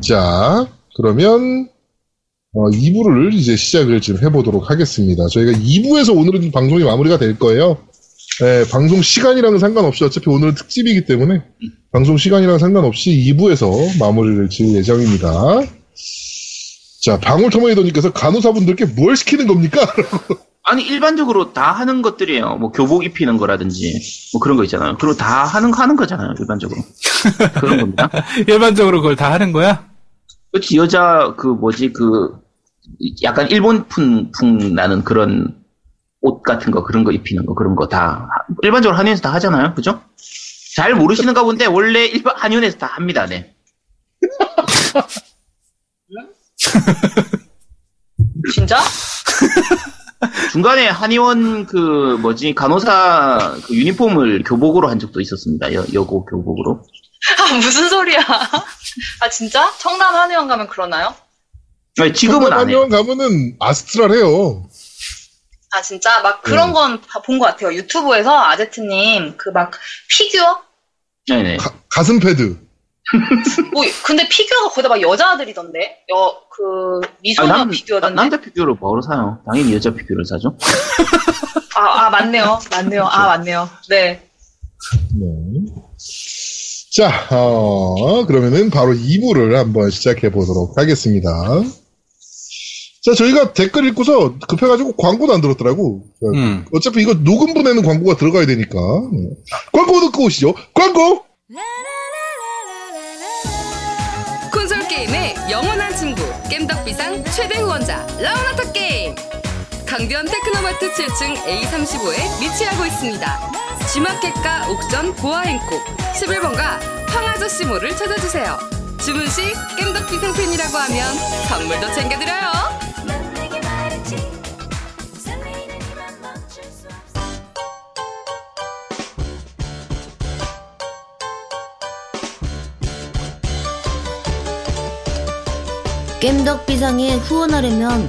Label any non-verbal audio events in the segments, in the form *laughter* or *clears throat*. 자, 그러면 어, 2부를 이제 시작을 좀 해보도록 하겠습니다. 저희가 2부에서 오늘은 방송이 마무리가 될 거예요. 네, 방송 시간이랑은 상관없이 어차피 오늘은 특집이기 때문에 방송 시간이랑 상관없이 2부에서 마무리를 지을 예정입니다. 자, 방울토마이더님께서 간호사분들께 뭘 시키는 겁니까? 아니 일반적으로 다 하는 것들이에요. 뭐 교복 입히는 거라든지 뭐 그런 거 있잖아요. 그리고 다 하는 거 하는 거잖아요. 일반적으로 그런 겁니다. *laughs* 일반적으로 그걸 다 하는 거야? 그렇지 여자 그 뭐지 그 약간 일본풍 풍 나는 그런 옷 같은 거 그런 거 입히는 거 그런 거 다 일반적으로 한의원에서 다 하잖아요. 그죠? 잘 모르시는가 본데 원래 일반 한의원에서 다 합니다. 네. *laughs* 진짜? 중간에 한의원 그 뭐지 간호사 그 유니폼을 교복으로 한 적도 있었습니다. 여, 여고 교복으로. 아, *laughs* 무슨 소리야? 아, 진짜? 청담 한의원 가면 그러나요? 아니, 지금은 *laughs* 안 해요. 한의원 가면은 아스트랄해요. 아, 진짜? 막 음. 그런 건 본 것 같아요. 유튜브에서 아제트님, 그 막 피규어? 네네. 가- 가슴 패드. 뭐, 근데 피규어가 거기다 막 여자들이던데? 여, 그, 아, 미소녀 남, 피규어던데? 나- 남자 피규어를 뭐로 사요? 당연히 여자 피규어를 사죠. 아, 아, 맞네요. 맞네요. 아, 맞네요. 네. 네. 자, 어, 그러면은 바로 2부를 한번 시작해 보도록 하겠습니다. 자, 저희가 댓글 읽고서 급해가지고 광고도 안 들었더라고. 자, 음. 어차피 이거 녹음분에는 광고가 들어가야 되니까. 네. 광고 듣고 오시죠. 광고! 콘솔 게임의 영원한 친구 겜덕비상 최대 후원자 라운하터 게임 강변 테크노마트 7층 A35에 위치하고 있습니다 G마켓과 옥전 보아행콕 11번가 황아저씨몰을 찾아주세요 주문 시 겜덕비상 팬이라고 하면 선물도 챙겨드려요 난 내게 말했지 설레이는 이만 멈출 수 없어 겜덕 비상에 후원하려면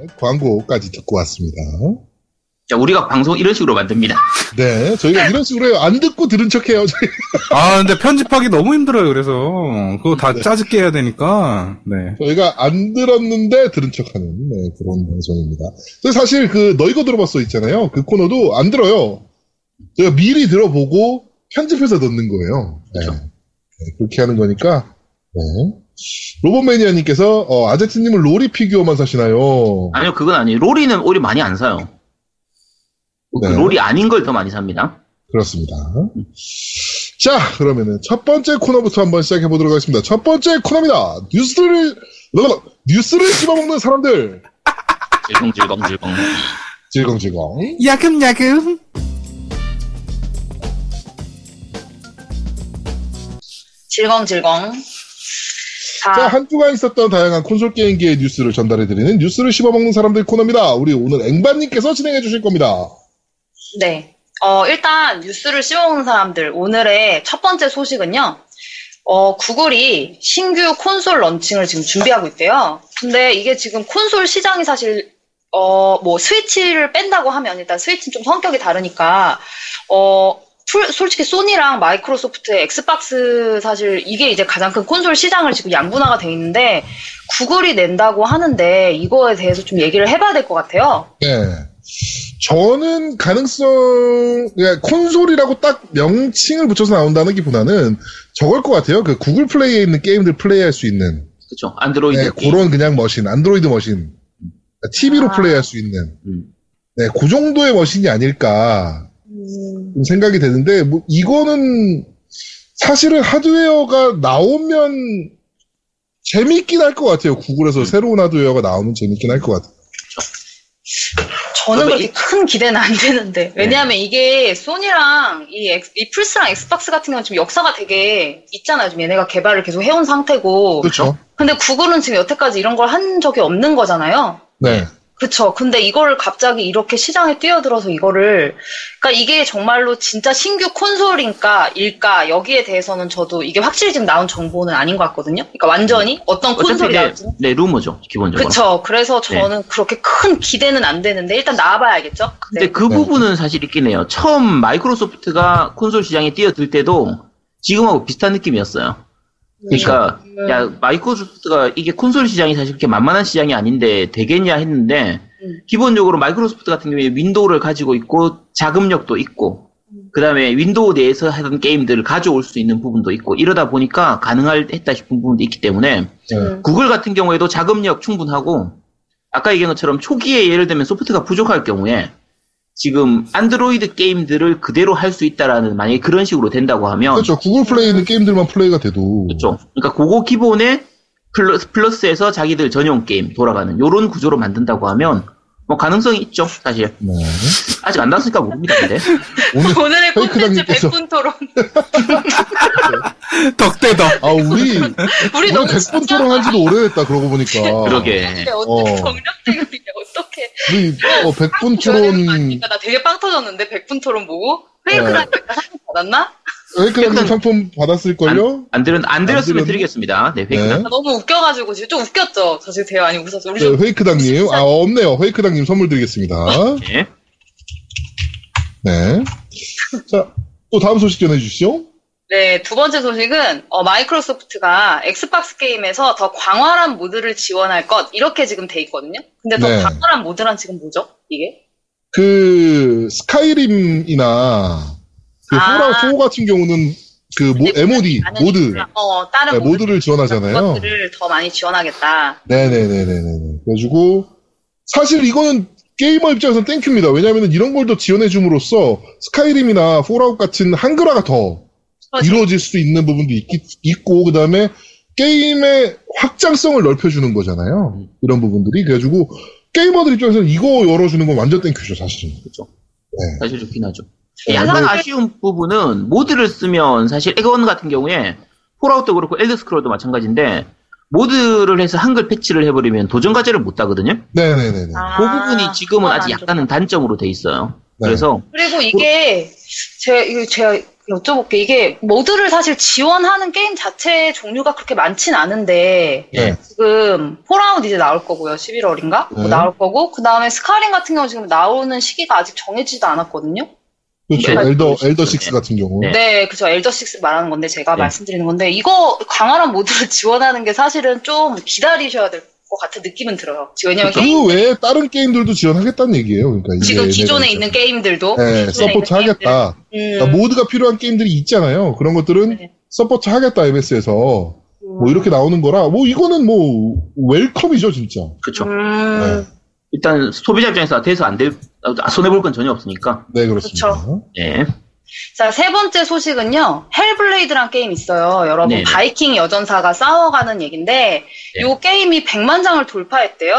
네, 광고까지 듣고 왔습니다. 자, 우리가 방송 이런 식으로 만듭니다. 네, 저희가 이런 식으로 해요. 안 듣고 들은 척 해요. 저희. 아, 근데 편집하기 너무 힘들어요. 그래서 그거 다 네. 짜집게 해야 되니까. 네. 저희가 안 들었는데 들은 척 하는 네, 그런 방송입니다. 근데 사실 그 너희가 들어봤어 있잖아요. 그 코너도 안 들어요. 저희가 미리 들어보고 편집해서 넣는 거예요. 네. 네, 그렇게 하는 거니까. 네. 로봇매니아님께서 어, 아제트님은 로리 피규어만 사시나요? 아니요, 그건 아니에요. 롤이는 오히려 많이 안 사요. 그 네. 롤이 아닌 걸 더 많이 삽니다. 그렇습니다. 자, 그러면은 첫 번째 코너부터 한번 시작해 보도록 하겠습니다. 첫 번째 코너입니다. 뉴스를 뭐, 뉴스를 씹어먹는 사람들 질겅질겅질겅. 즐겅즐겅. 야금야금. *laughs* 질겅질겅. 아. 자, 자, 한 주간 있었던 다양한 콘솔 게임기의 뉴스를 전달해드리는 뉴스를 씹어먹는 사람들 코너입니다. 우리 오늘 앵반님께서 진행해주실 겁니다. 네. 어, 일단 뉴스를 씹어먹는 사람들 오늘의 첫 번째 소식은요. 어, 구글이 신규 콘솔 런칭을 지금 준비하고 있대요. 근데 이게 지금 콘솔 시장이 사실 어, 뭐 스위치를 뺀다고 하면 일단 스위치는 좀 성격이 다르니까 어, 풀- 솔직히 소니랑 마이크로소프트의 엑스박스 사실 이게 이제 가장 큰 콘솔 시장을 지금 양분화가 돼 있는데 구글이 낸다고 하는데 이거에 대해서 좀 얘기를 해봐야 될 것 같아요. 네. 저는 가능성, 예, 콘솔이라고 딱 명칭을 붙여서 나온다는 기보다는 저걸 것 같아요. 그 구글 플레이에 있는 게임들 플레이할 수 있는. 그쵸. 어, 안드로이드. 네, 게임. 그런 그냥 머신, 안드로이드 머신. TV로 아. 플레이할 수 있는. 음. 네, 그 정도의 머신이 아닐까. 좀 생각이 되는데 뭐 이거는 사실은 하드웨어가 나오면 음. 재밌긴 할 것 같아요. 구글에서 새로운 하드웨어가 나오면 재밌긴 할 것 같아요. 저는 저도 그렇게 이- 네. 큰 기대는 안 되는데. 왜냐하면 이게 소니랑 이, 엑- 이 플스랑 엑스박스 같은 경우는 지금 역사가 되게 있잖아요. 지금 얘네가 개발을 계속 해온 상태고. 그렇죠. 근데 구글은 지금 여태까지 이런 걸 한 적이 없는 거잖아요. 네. 그쵸. 근데 이거를 갑자기 이렇게 시장에 뛰어들어서 이거를, 그러니까 이게 정말로 진짜 신규 콘솔인가, 일까, 여기에 대해서는 저도 이게 확실히 지금 나온 정보는 아닌 것 같거든요. 그러니까 완전히 음. 어떤 어차피 뭐 콘솔이 내, 나올지. 내 네, 루머죠 기본적으로. 그쵸. 그래서 저는 그렇게 큰 기대는 안 되는데, 일단 나와봐야겠죠. 네. 근데 네. 그 네. 부분은 사실 있긴 해요. 처음 마이크로소프트가 콘솔 시장에 뛰어들 때도 지금하고 비슷한 느낌이었어요. 그러니까 음. 야 마이크로소프트가 이게 콘솔 시장이 사실 그렇게 만만한 시장이 아닌데 되겠냐 했는데 음. 기본적으로 마이크로소프트 같은 경우에 윈도우를 가지고 있고 자금력도 있고 그 다음에 윈도우 내에서 하던 게임들을 가져올 수 있는 부분도 있고 이러다 보니까 가능할 했다 싶은 부분도 있기 때문에 네. 구글 같은 경우에도 자금력 충분하고 아까 얘기한 것처럼 초기에 예를 들면 소프트가 부족할 경우에 지금 안드로이드 게임들을 그대로 할 수 있다라는 만약에 그런 식으로 된다고 하면 그렇죠. 구글 플레이는 게임들만 플레이가 돼도. 그렇죠. 그러니까 그거 기본에 플러스, 에서 자기들 전용 게임 돌아가는 요런 구조로 만든다고 하면 뭐 가능성이 있죠 사실 네. 아직 안 나왔으니까 모릅니다 근데 오늘 오늘의 페이크 콘텐츠 당님께서. 100분 토론. 덕대덕. 아 우리 우리 우리 너무 백분 토론한지도 오래됐다 그러고 보니까. 그러게 어떻게 어. 정력대결이냐, 어떻게. 우리 어, 백분 토론 네. 그러니까 나 되게 빵 터졌는데, 100분 토론 보고, 페이크랑 약간 상품 받았나? 웨이크라님 백분- 상품 받았을 걸요? 안, 들은 안 들었으면 들었네? 드리겠습니다 네, 회의가. 네. 아, 너무 웃겨가지고, 지금 좀 웃겼죠? 저 지금 대화 많이 웃었어. 네, 우리 좀 회이크당님. 아, 없네요. 회이크당님 선물 드리겠습니다. 네. 네. 자, 또 다음 소식 전해주시죠. 네, 두 번째 소식은 어, 마이크로소프트가 엑스박스 게임에서 더 광활한 모드를 지원할 것 이렇게 지금 돼 있거든요. 근데 더 네. 광활한 모드란 지금 뭐죠? 이게? 그, 스카이림이나, 그, 아. 호라, 호 같은 경우는, 그, 모, MOD, 아는 모드, 거랑, 어, 다른 네, 모드 모드를 지원하잖아요. 것들을 더 많이 지원하겠다. 네네네네네. 그래가지고, 사실 이거는 게이머 입장에서는 땡큐입니다. 왜냐면은 이런 걸 더 지원해줌으로써, 스카이림이나 호라웃 같은 한글화가 더 그렇죠. 이루어질 수 있는 부분도 있, 있고, 그 다음에 게임의 확장성을 넓혀주는 거잖아요. 이런 부분들이. 그래가지고, 게이머들 입장에서는 이거 열어주는 건 완전 땡큐죠, 사실은. 그렇죠. 네. 사실 좋긴 하죠 네, 약간 뭐- 아쉬운 부분은 모드를 쓰면 사실 에건 같은 경우에 폴아웃도 그렇고 엘드 스크롤도 마찬가지인데 모드를 해서 한글 패치를 해버리면 도전 과제를 못 하거든요. 네네네네. 아, 그 부분이 지금은 그건 아직 안 좋다. 약간은 단점으로 돼 있어요. 네. 그래서 그리고 이게 제 이거 제가 여쭤볼게 이게 모드를 사실 지원하는 게임 자체의 종류가 그렇게 많진 않은데 네. 지금 폴아웃 이제 나올 거고요. 11월인가? 네. 나올 거고 그 다음에 스카링 같은 경우 지금 나오는 시기가 아직 정해지도 않았거든요. 그렇죠. 네. 엘더, 엘더 네. 6 같은 경우. 네. 네, 그죠. 엘더 6 말하는 건데 제가 네. 말씀드리는 건데 이거 강화한 모드를 *laughs* 지원하는 게 사실은 좀 기다리셔야 될 것 같은 느낌은 들어요. 지금 왜냐면 그 게임- 외에 다른 게임들도 지원하겠다는 얘기예요. 그러니까 이게 지금 기존에 얘네가 있는 게임들도 네, 기존에 서포트 있는 하겠다. 게임들. 음. 그러니까 모드가 필요한 게임들이 있잖아요. 그런 것들은 네. 음. 서포트 하겠다, MS에서. 뭐 이렇게 나오는 거라, 뭐 이거는 뭐 웰컴이죠, 네. 진짜. 그렇죠. 음, 일단 소비자 입장에서 돼서 안될 아, 손해 볼 건 전혀 없으니까. 네, 그렇습니다. 그렇죠. 네. 자, 세 번째 소식은요. 헬블레이드란 게임 있어요. 여러분, 네네. 바이킹 여전사가 싸워가는 얘긴데, 네. 요 게임이 100만 장을 돌파했대요.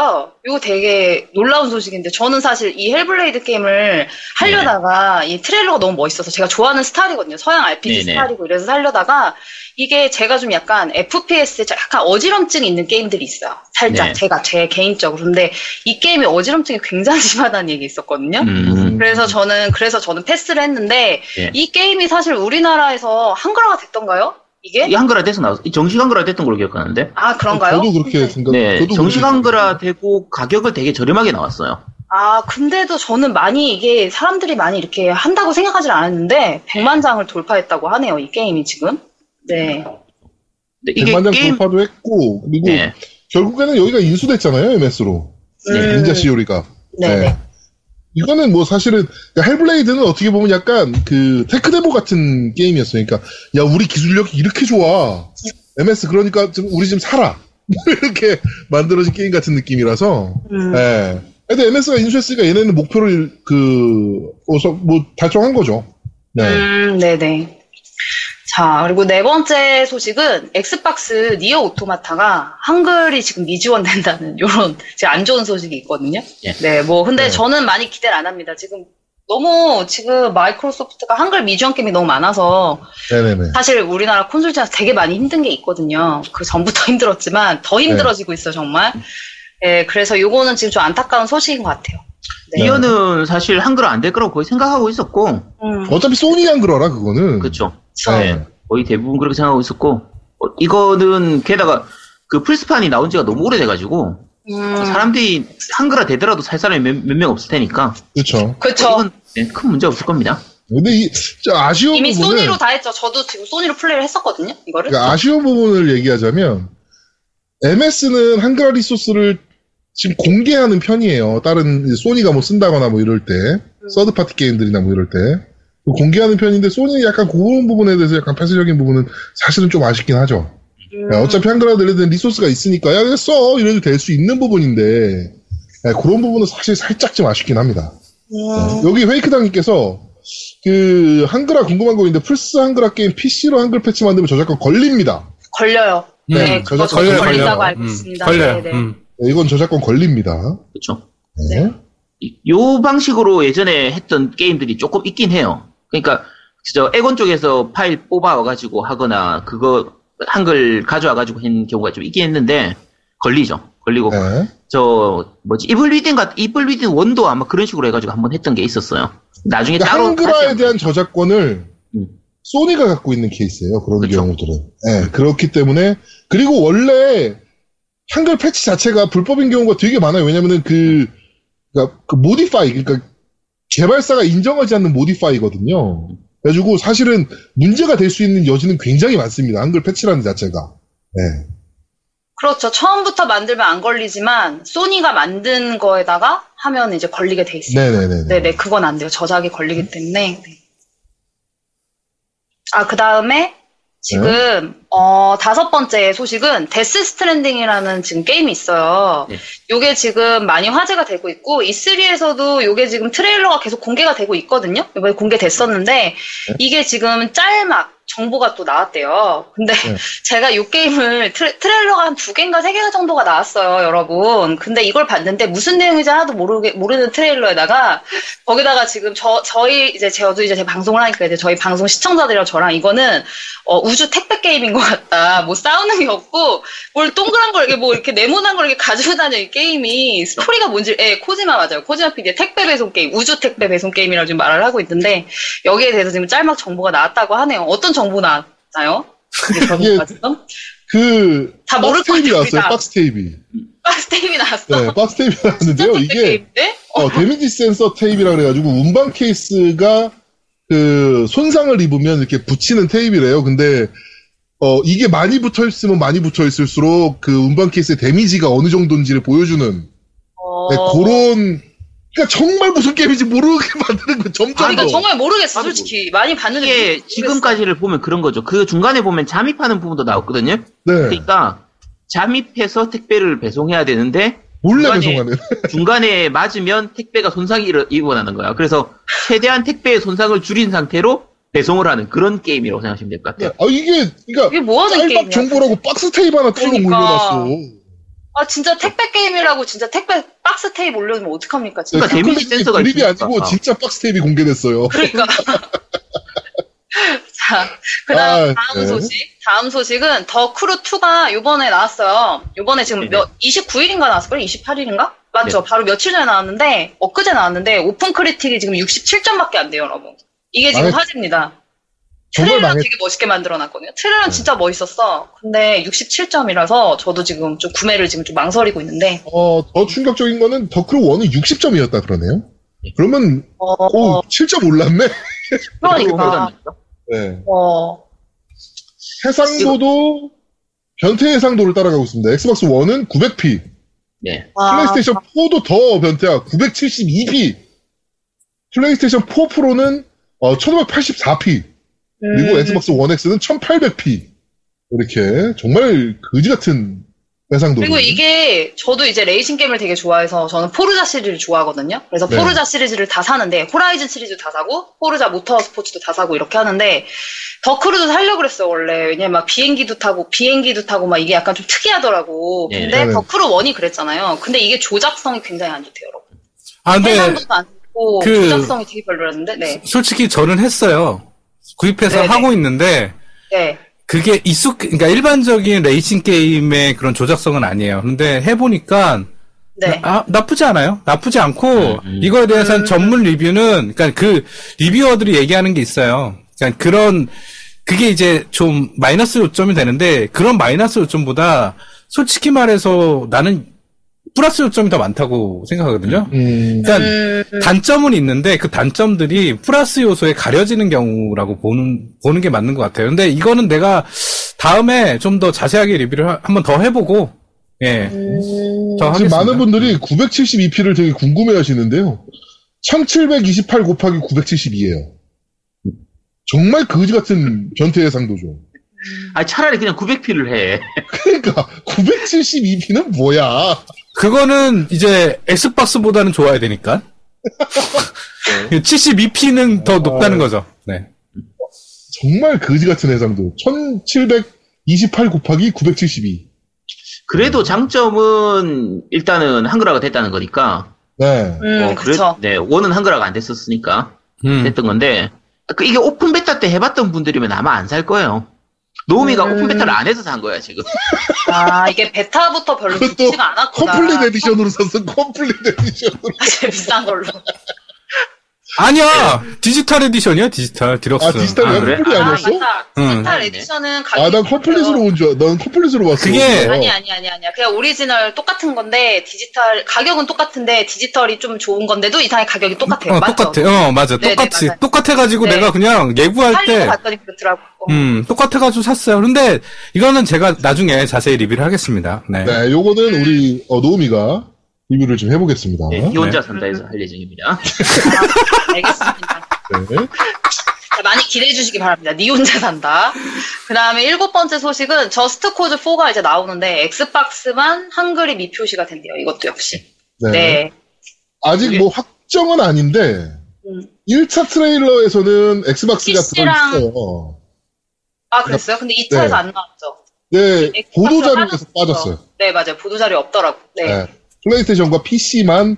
요 되게 놀라운 소식인데, 저는 사실 이 헬블레이드 게임을 하려다가, 이 트레일러가 너무 멋있어서, 제가 좋아하는 스타일이거든요. 서양 RPG 네네. 스타일이고, 이래서 하려다가, 이게 제가 좀 약간 FPS에 약간 어지럼증이 있는 게임들이 있어요. 살짝, 네. 제가, 제 개인적으로. 근데 이 게임의 어지럼증이 굉장히 심하다는 얘기 있었거든요. 음. 그래서 저는 그래서 저는 패스를 했는데 예. 이 게임이 사실 우리나라에서 한글화가 됐던가요? 이게? 이 한글화 돼서 나왔 정식 한글화 됐던 걸로 기억하는데. 아 그런가요? 저도 그렇게 생각, 네. 저도 정식 그렇게 한글화 되고 가격을 되게 저렴하게 나왔어요. 아 근데도 저는 많이 이게 사람들이 많이 이렇게 한다고 생각하지 않았는데 100만 장을 돌파했다고 하네요 이 게임이 지금. 네. 근데 이게 100만 장 게임 돌파도 했고, 그리고 네. 결국에는 여기가 인수됐잖아요, MS로. 음, 닌자 시오리가. 네네. 예, 네. 이거는 뭐 사실은 그러니까 헬블레이드는 어떻게 보면 약간 그 테크데모 같은 게임이었어요. 그러니까 야 우리 기술력이 이렇게 좋아. MS 그러니까 좀 우리 좀 살아. *laughs* 이렇게 만들어진 게임 같은 느낌이라서. 음. 예. 근데 MS가 인수했으니까 얘네는 목표를 그 어서 뭐 달성한 거죠. 네. 음, 네네. 음, 자, 그리고 네 번째 소식은 엑스박스 니어 오토마타가 한글이 지금 미지원된다는 *laughs* 이런 안 좋은 소식이 있거든요. 예. 네, 뭐 근데 네. 저는 많이 기대를 안 합니다. 지금 너무 지금 마이크로소프트가 한글 미지원 게임이 너무 많아서 네네네. 사실 우리나라 콘솔장에서 되게 많이 힘든 게 있거든요. 그 전부터 *laughs* 힘들었지만 네. 더 힘들어지고 있어 정말. 예, 그래서 요거는 지금 좀 안타까운 소식인 것 같아요. 네. 이어는 사실 한글 안 될 거라고 거의 생각하고 있었고, 음, 어차피 소니랑 그러라 그거는. 그쵸. 그쵸. 네. 거의 대부분 그렇게 생각하고 있었고, 어, 이거는 게다가 그 플스판이 나온 지가 너무 오래돼가지고, 음, 사람들이 한글화 되더라도 살 사람이 몇 명 없을 테니까, 그렇죠. 그쵸. 이건 네, 큰 문제 없을 겁니다. 근데 이 저, 아쉬운 이미 부분은 소니로 다 했죠. 저도 지금 소니로 플레이를 했었거든요. 이거를. 그러니까 아쉬운 부분을 얘기하자면 MS는 한글 리소스를 지금 공개하는 편이에요. 다른 이제 소니가 뭐 쓴다거나 뭐 이럴 때 서드 파티 게임들이나 뭐 이럴 때 공개하는 편인데 소니는 약간 그런 부분에 대해서 약간 폐쇄적인 부분은 사실은 좀 아쉽긴 하죠. 야, 어차피 한글화 들리는 리소스가 있으니까 야 그냥 써 이래도 될 수 있는 부분인데 야, 그런 부분은 사실 살짝 좀 아쉽긴 합니다. 네. 여기 페이크당님께서 그 한글화 궁금한 거 있는데 플스 한글화 게임 PC로 한글 패치 만들면 저작권 걸립니다. 걸려요. 네, 네, 그거 저작권 걸려요, 저도 걸린다고 걸려요. 알고 있습니다. 걸려요. 네, 네. 음. 네, 이건 저작권 걸립니다. 그렇죠. 네. 네. 이- 요 방식으로 예전에 했던 게임들이 조금 있긴 해요. 그러니까 저 에곤 쪽에서 파일 뽑아와가지고 하거나 그거 한글 가져와가지고 한 경우가 좀 있긴 했는데 걸리죠. 걸리고 네. 저 뭐지 이블 리딩 같 이블 리딩 원도 아마 그런 식으로 해가지고 한번 했던 게 있었어요. 나중에 그러니까 따로 한글화에 다시 대한 저작권을 음. 소니가 갖고 있는 케이스예요. 그런 그쵸. 경우들은. 네, 그렇기 때문에 그리고 원래 한글 패치 자체가 불법인 경우가 되게 많아요. 왜냐면은 그 그러니까 그 모디파이 그러니까 개발사가 인정하지 않는 모디파이거든요. 그래가지고 사실은 문제가 될 수 있는 여지는 굉장히 많습니다. 한글 패치라는 자체가. 네. 그렇죠. 처음부터 만들면 안 걸리지만 소니가 만든 거에다가 하면 이제 걸리게 돼 있어요. 네네네. 네, 네, 그건 안 돼요. 저작이 걸리기 때문에. 네. 아, 그 다음에 지금 네. 어, 다섯 번째 소식은 데스 스트랜딩이라는 지금 게임이 있어요. 네. 요게 지금 많이 화제가 되고 있고 E3에서도 요게 지금 트레일러가 계속 공개가 되고 있거든요. 이번에 공개됐었는데 네. 이게 지금 짤막 정보가 또 나왔대요. 근데 네. *laughs* 제가 요 게임을 트레, 일러가 한 두 개인가 세 개 정도가 나왔어요, 여러분. 근데 이걸 봤는데 무슨 내용인지 하나도 모르게 모르는 트레일러에다가 거기다가 지금 저 저희 이제 저도 이제 제 방송을 하니까 이제 저희 방송 시청자들이랑 저랑 이거는 어, 우주 택배 게임인 것 같다. 뭐 싸우는 게 없고 뭘 동그란 걸 이렇게 뭐 이렇게 네모난 걸 이렇게 가지고 다녀 이 게임이 스토리가 뭔지 예 코지마 맞아요. 코지마 PD의 택배 배송 게임, 우주 택배 배송 게임이라고 지금 말을 하고 있는데 여기에 대해서 지금 짤막 정보가 나왔다고 하네요. 어떤 정보 나왔나요? 이게 저번까지도? 그 다 모를 박스 테이프 거예요, 나왔어요. 우리가. 박스 테이프. 아, 박스 게임이 나왔어. 네, 박스 테이프 나왔는데요. 우주 택배 이게 게임인데? 어, 데미지 센서 테이프라 그래가지고 운반 케이스가 그 손상을 입으면 이렇게 붙이는 테이프래요. 근데 어 이게 많이 붙어 있으면 많이 붙어 있을수록 그 운반 케이스의 데미지가 어느 정도인지를 보여주는 어... 네, 그런 그러니까 정말 무슨 게임인지 모르게 *laughs* 만드는 거 점점 그러니까 더 정말 모르겠어, 나도 솔직히. 많이 봤는데. 이게 모르겠어. 지금까지를 보면 그런 거죠. 그 중간에 보면 잠입하는 부분도 나왔거든요. 네 그러니까 잠입해서 택배를 배송해야 되는데 몰래 중간에- 배송하는 중간에 맞으면 택배가 손상이 일어- 일어나는 거야. 그래서 최대한 택배의 손상을 줄인 상태로 배송을 하는 그런 게임이라고 생각하시면 될 것 같아요. 아 이게 그러니까 이게 뭐 하는 짤박 게임이야? 정보라고 박스 테이프 하나 뚫고 그러니까. 올려놨어 네, 아, 진짜 택배 게임이라고 진짜 택배 박스 테이프 올려놓으면 어떡합니까, 진짜. 그러니까 그 데미지 클립이 센서가 그립이 있으니까. 아니고 아. 진짜 박스 테이프 공개됐어요 *laughs* 그러니까. *laughs* 자, 그다음 아, 다음 네. 소식. 다음 소식은 더 크루 2가 요번에 나왔어요. 요번에 지금 네네. 네. 몇 29일인가 나왔을걸요? 28일인가? 맞죠. 바로 며칠 전에 나왔는데 엊그제 나왔는데 오픈 크리틱이 지금 67점밖에 안 돼요, 여러분. 이게 지금 아, 네. 망했- 화제입니다. 정말 트레일러 망했 되게 멋있게 만들어놨거든요. 트레일러 는 네. 진짜 멋있었어. 근데 67점이라서 저도 지금 좀 구매를 지금 좀 망설이고 있는데. 어, 더 충격적인 거는 더크루 1은 60점이었다 그러네요. 그러면 어, 오 7점 올랐네. 그러니까. 네. 어, 해상도도 변태 해상도를 따라가고 있습니다. 엑스박스 1은 900p, 네. 와. 플레이스테이션 4도 더 변태야 972p, 플레이스테이션 4 프로는 어, 1584p, 그리고 음. 엑스박스 1 X는 1800p 이렇게 정말 그지 같은 해상도. 그리고 이게 저도 이제 레이싱 게임을 되게 좋아해서 저는 포르자 시리즈를 좋아하거든요. 그래서 네. 포르자 시리즈를 다 사는데 호라이즌 시리즈 다 사고 포르자 모터 스포츠도 다 사고 이렇게 하는데 더크루도 살려고 그랬어, 원래. 왜냐면 막 비행기도 타고, 비행기도 타고 막 이게 약간 좀 특이하더라고. 예. 근데 네. 더크루 원이 그랬잖아요. 근데 이게 조작성이 굉장히 안 좋대요, 여러분. 아, 근데 해상도도 안 좋고, 그- 조작성이 되게 별로였는데, 네. 솔직히 저는 했어요. 구입해서 네네. 하고 있는데 네. 그게 익숙, 그러니까 일반적인 레이싱 게임의 그런 조작성은 아니에요. 근데 해보니까 네. 아, 나쁘지 않아요. 나쁘지 않고 음. 이거에 대해서는 전문 리뷰는 그러니까 그 리뷰어들이 얘기하는 게 있어요. 그러니까 그런 그게 이제 좀 마이너스 요점이 되는데 그런 마이너스 요점보다 솔직히 말해서 나는 플러스 요점이 더 많다고 생각하거든요. 음, 그러니까 음, 단점은 있는데 그 단점들이 플러스 요소에 가려지는 경우라고 보는 보는 게 맞는 것 같아요. 근데 이거는 내가 다음에 좀 더 자세하게 리뷰를 한 번 더 해보고 예. 더 지금 하겠습니다. 아, 많은 분들이 972피를 되게 궁금해 하시는데요. 1728 곱하기 972예요. 정말 거지 같은 변태 해상도죠. 아 차라리 그냥 900피를 해. 그러니까 972피는 뭐야? 그거는 이제 엑스박스보다는 좋아야 되니까. *laughs* 72p는 더 높다는 거죠. 네. 정말 거지 같은 해상도. 1728 곱하기 972. 그래도 장점은 일단은 한글화가 됐다는 거니까. 네. 음, 어, 그래- 그쵸. 네, 원은 한글화가 안 됐었으니까 음. 됐던 건데 그 이게 오픈 베타 때 해봤던 분들이면 아마 안 살 거예요. 노우미가 음. 오픈 베타를 안 해서 산 거야 지금. 아, 이게 베타부터 별로 그것도 좋지가 않았구나. *laughs* 컴플릿 에디션으로 샀어. 컴플릿 에디션으로. 사실 비싼 걸로. 아니야! 디지털 에디션이야, 디지털, 디럭스. 아, 디지털 아, 왜 그래? 컴플릿 아, 아니었어? 맞다. 응. 디지털 음. 에디션은 가격이 아, 난 있어요. 컴플릿으로 온 줄, 알난 컴플릿으로 왔어. 그게- 어. 아니 아니 아니 아니 그냥 오리지널 똑같은 건데 디지털 가격은 똑같은데 디지털이 좀 좋은 건데도 이상하게 가격이 똑같아요. 어, 맞죠? 똑같아. 어, 맞아. 네네, 똑같이. 맞아요. 똑같아가지고 네. 내가 그냥 예고할 팔리고 때, 봤더니 그렇더라고. 음, 똑같아가지고 샀어요. 근데 이거는 제가 나중에 자세히 리뷰를 하겠습니다. 네. 네, 요거는 우리, 어, 노우미가 리뷰를 좀 해보겠습니다. 네, 이 혼자 산다 해서 할 예정입니다. 아, 알겠습니다. 네. 자, 많이 기대해 주시기 바랍니다. 니 혼자 산다. 그 다음에 일곱 번째 소식은 저스트 코즈 4가 이제 나오는데 엑스박스만 한글이 미표시가 된대요. 이것도 역시. 네. 네. 아직 뭐 확정은 아닌데, 음. 1차 트레일러에서는 엑스박스가 PC랑 들어있어요. 어. 아 그랬어요? 근데 2차에서 네. 안 나왔죠. 네, 엑스박스가 보도자료에서 빠졌어요. 네 맞아요. 보도자료 없더라고. 네. 네. 플레이스테이션과 PC만,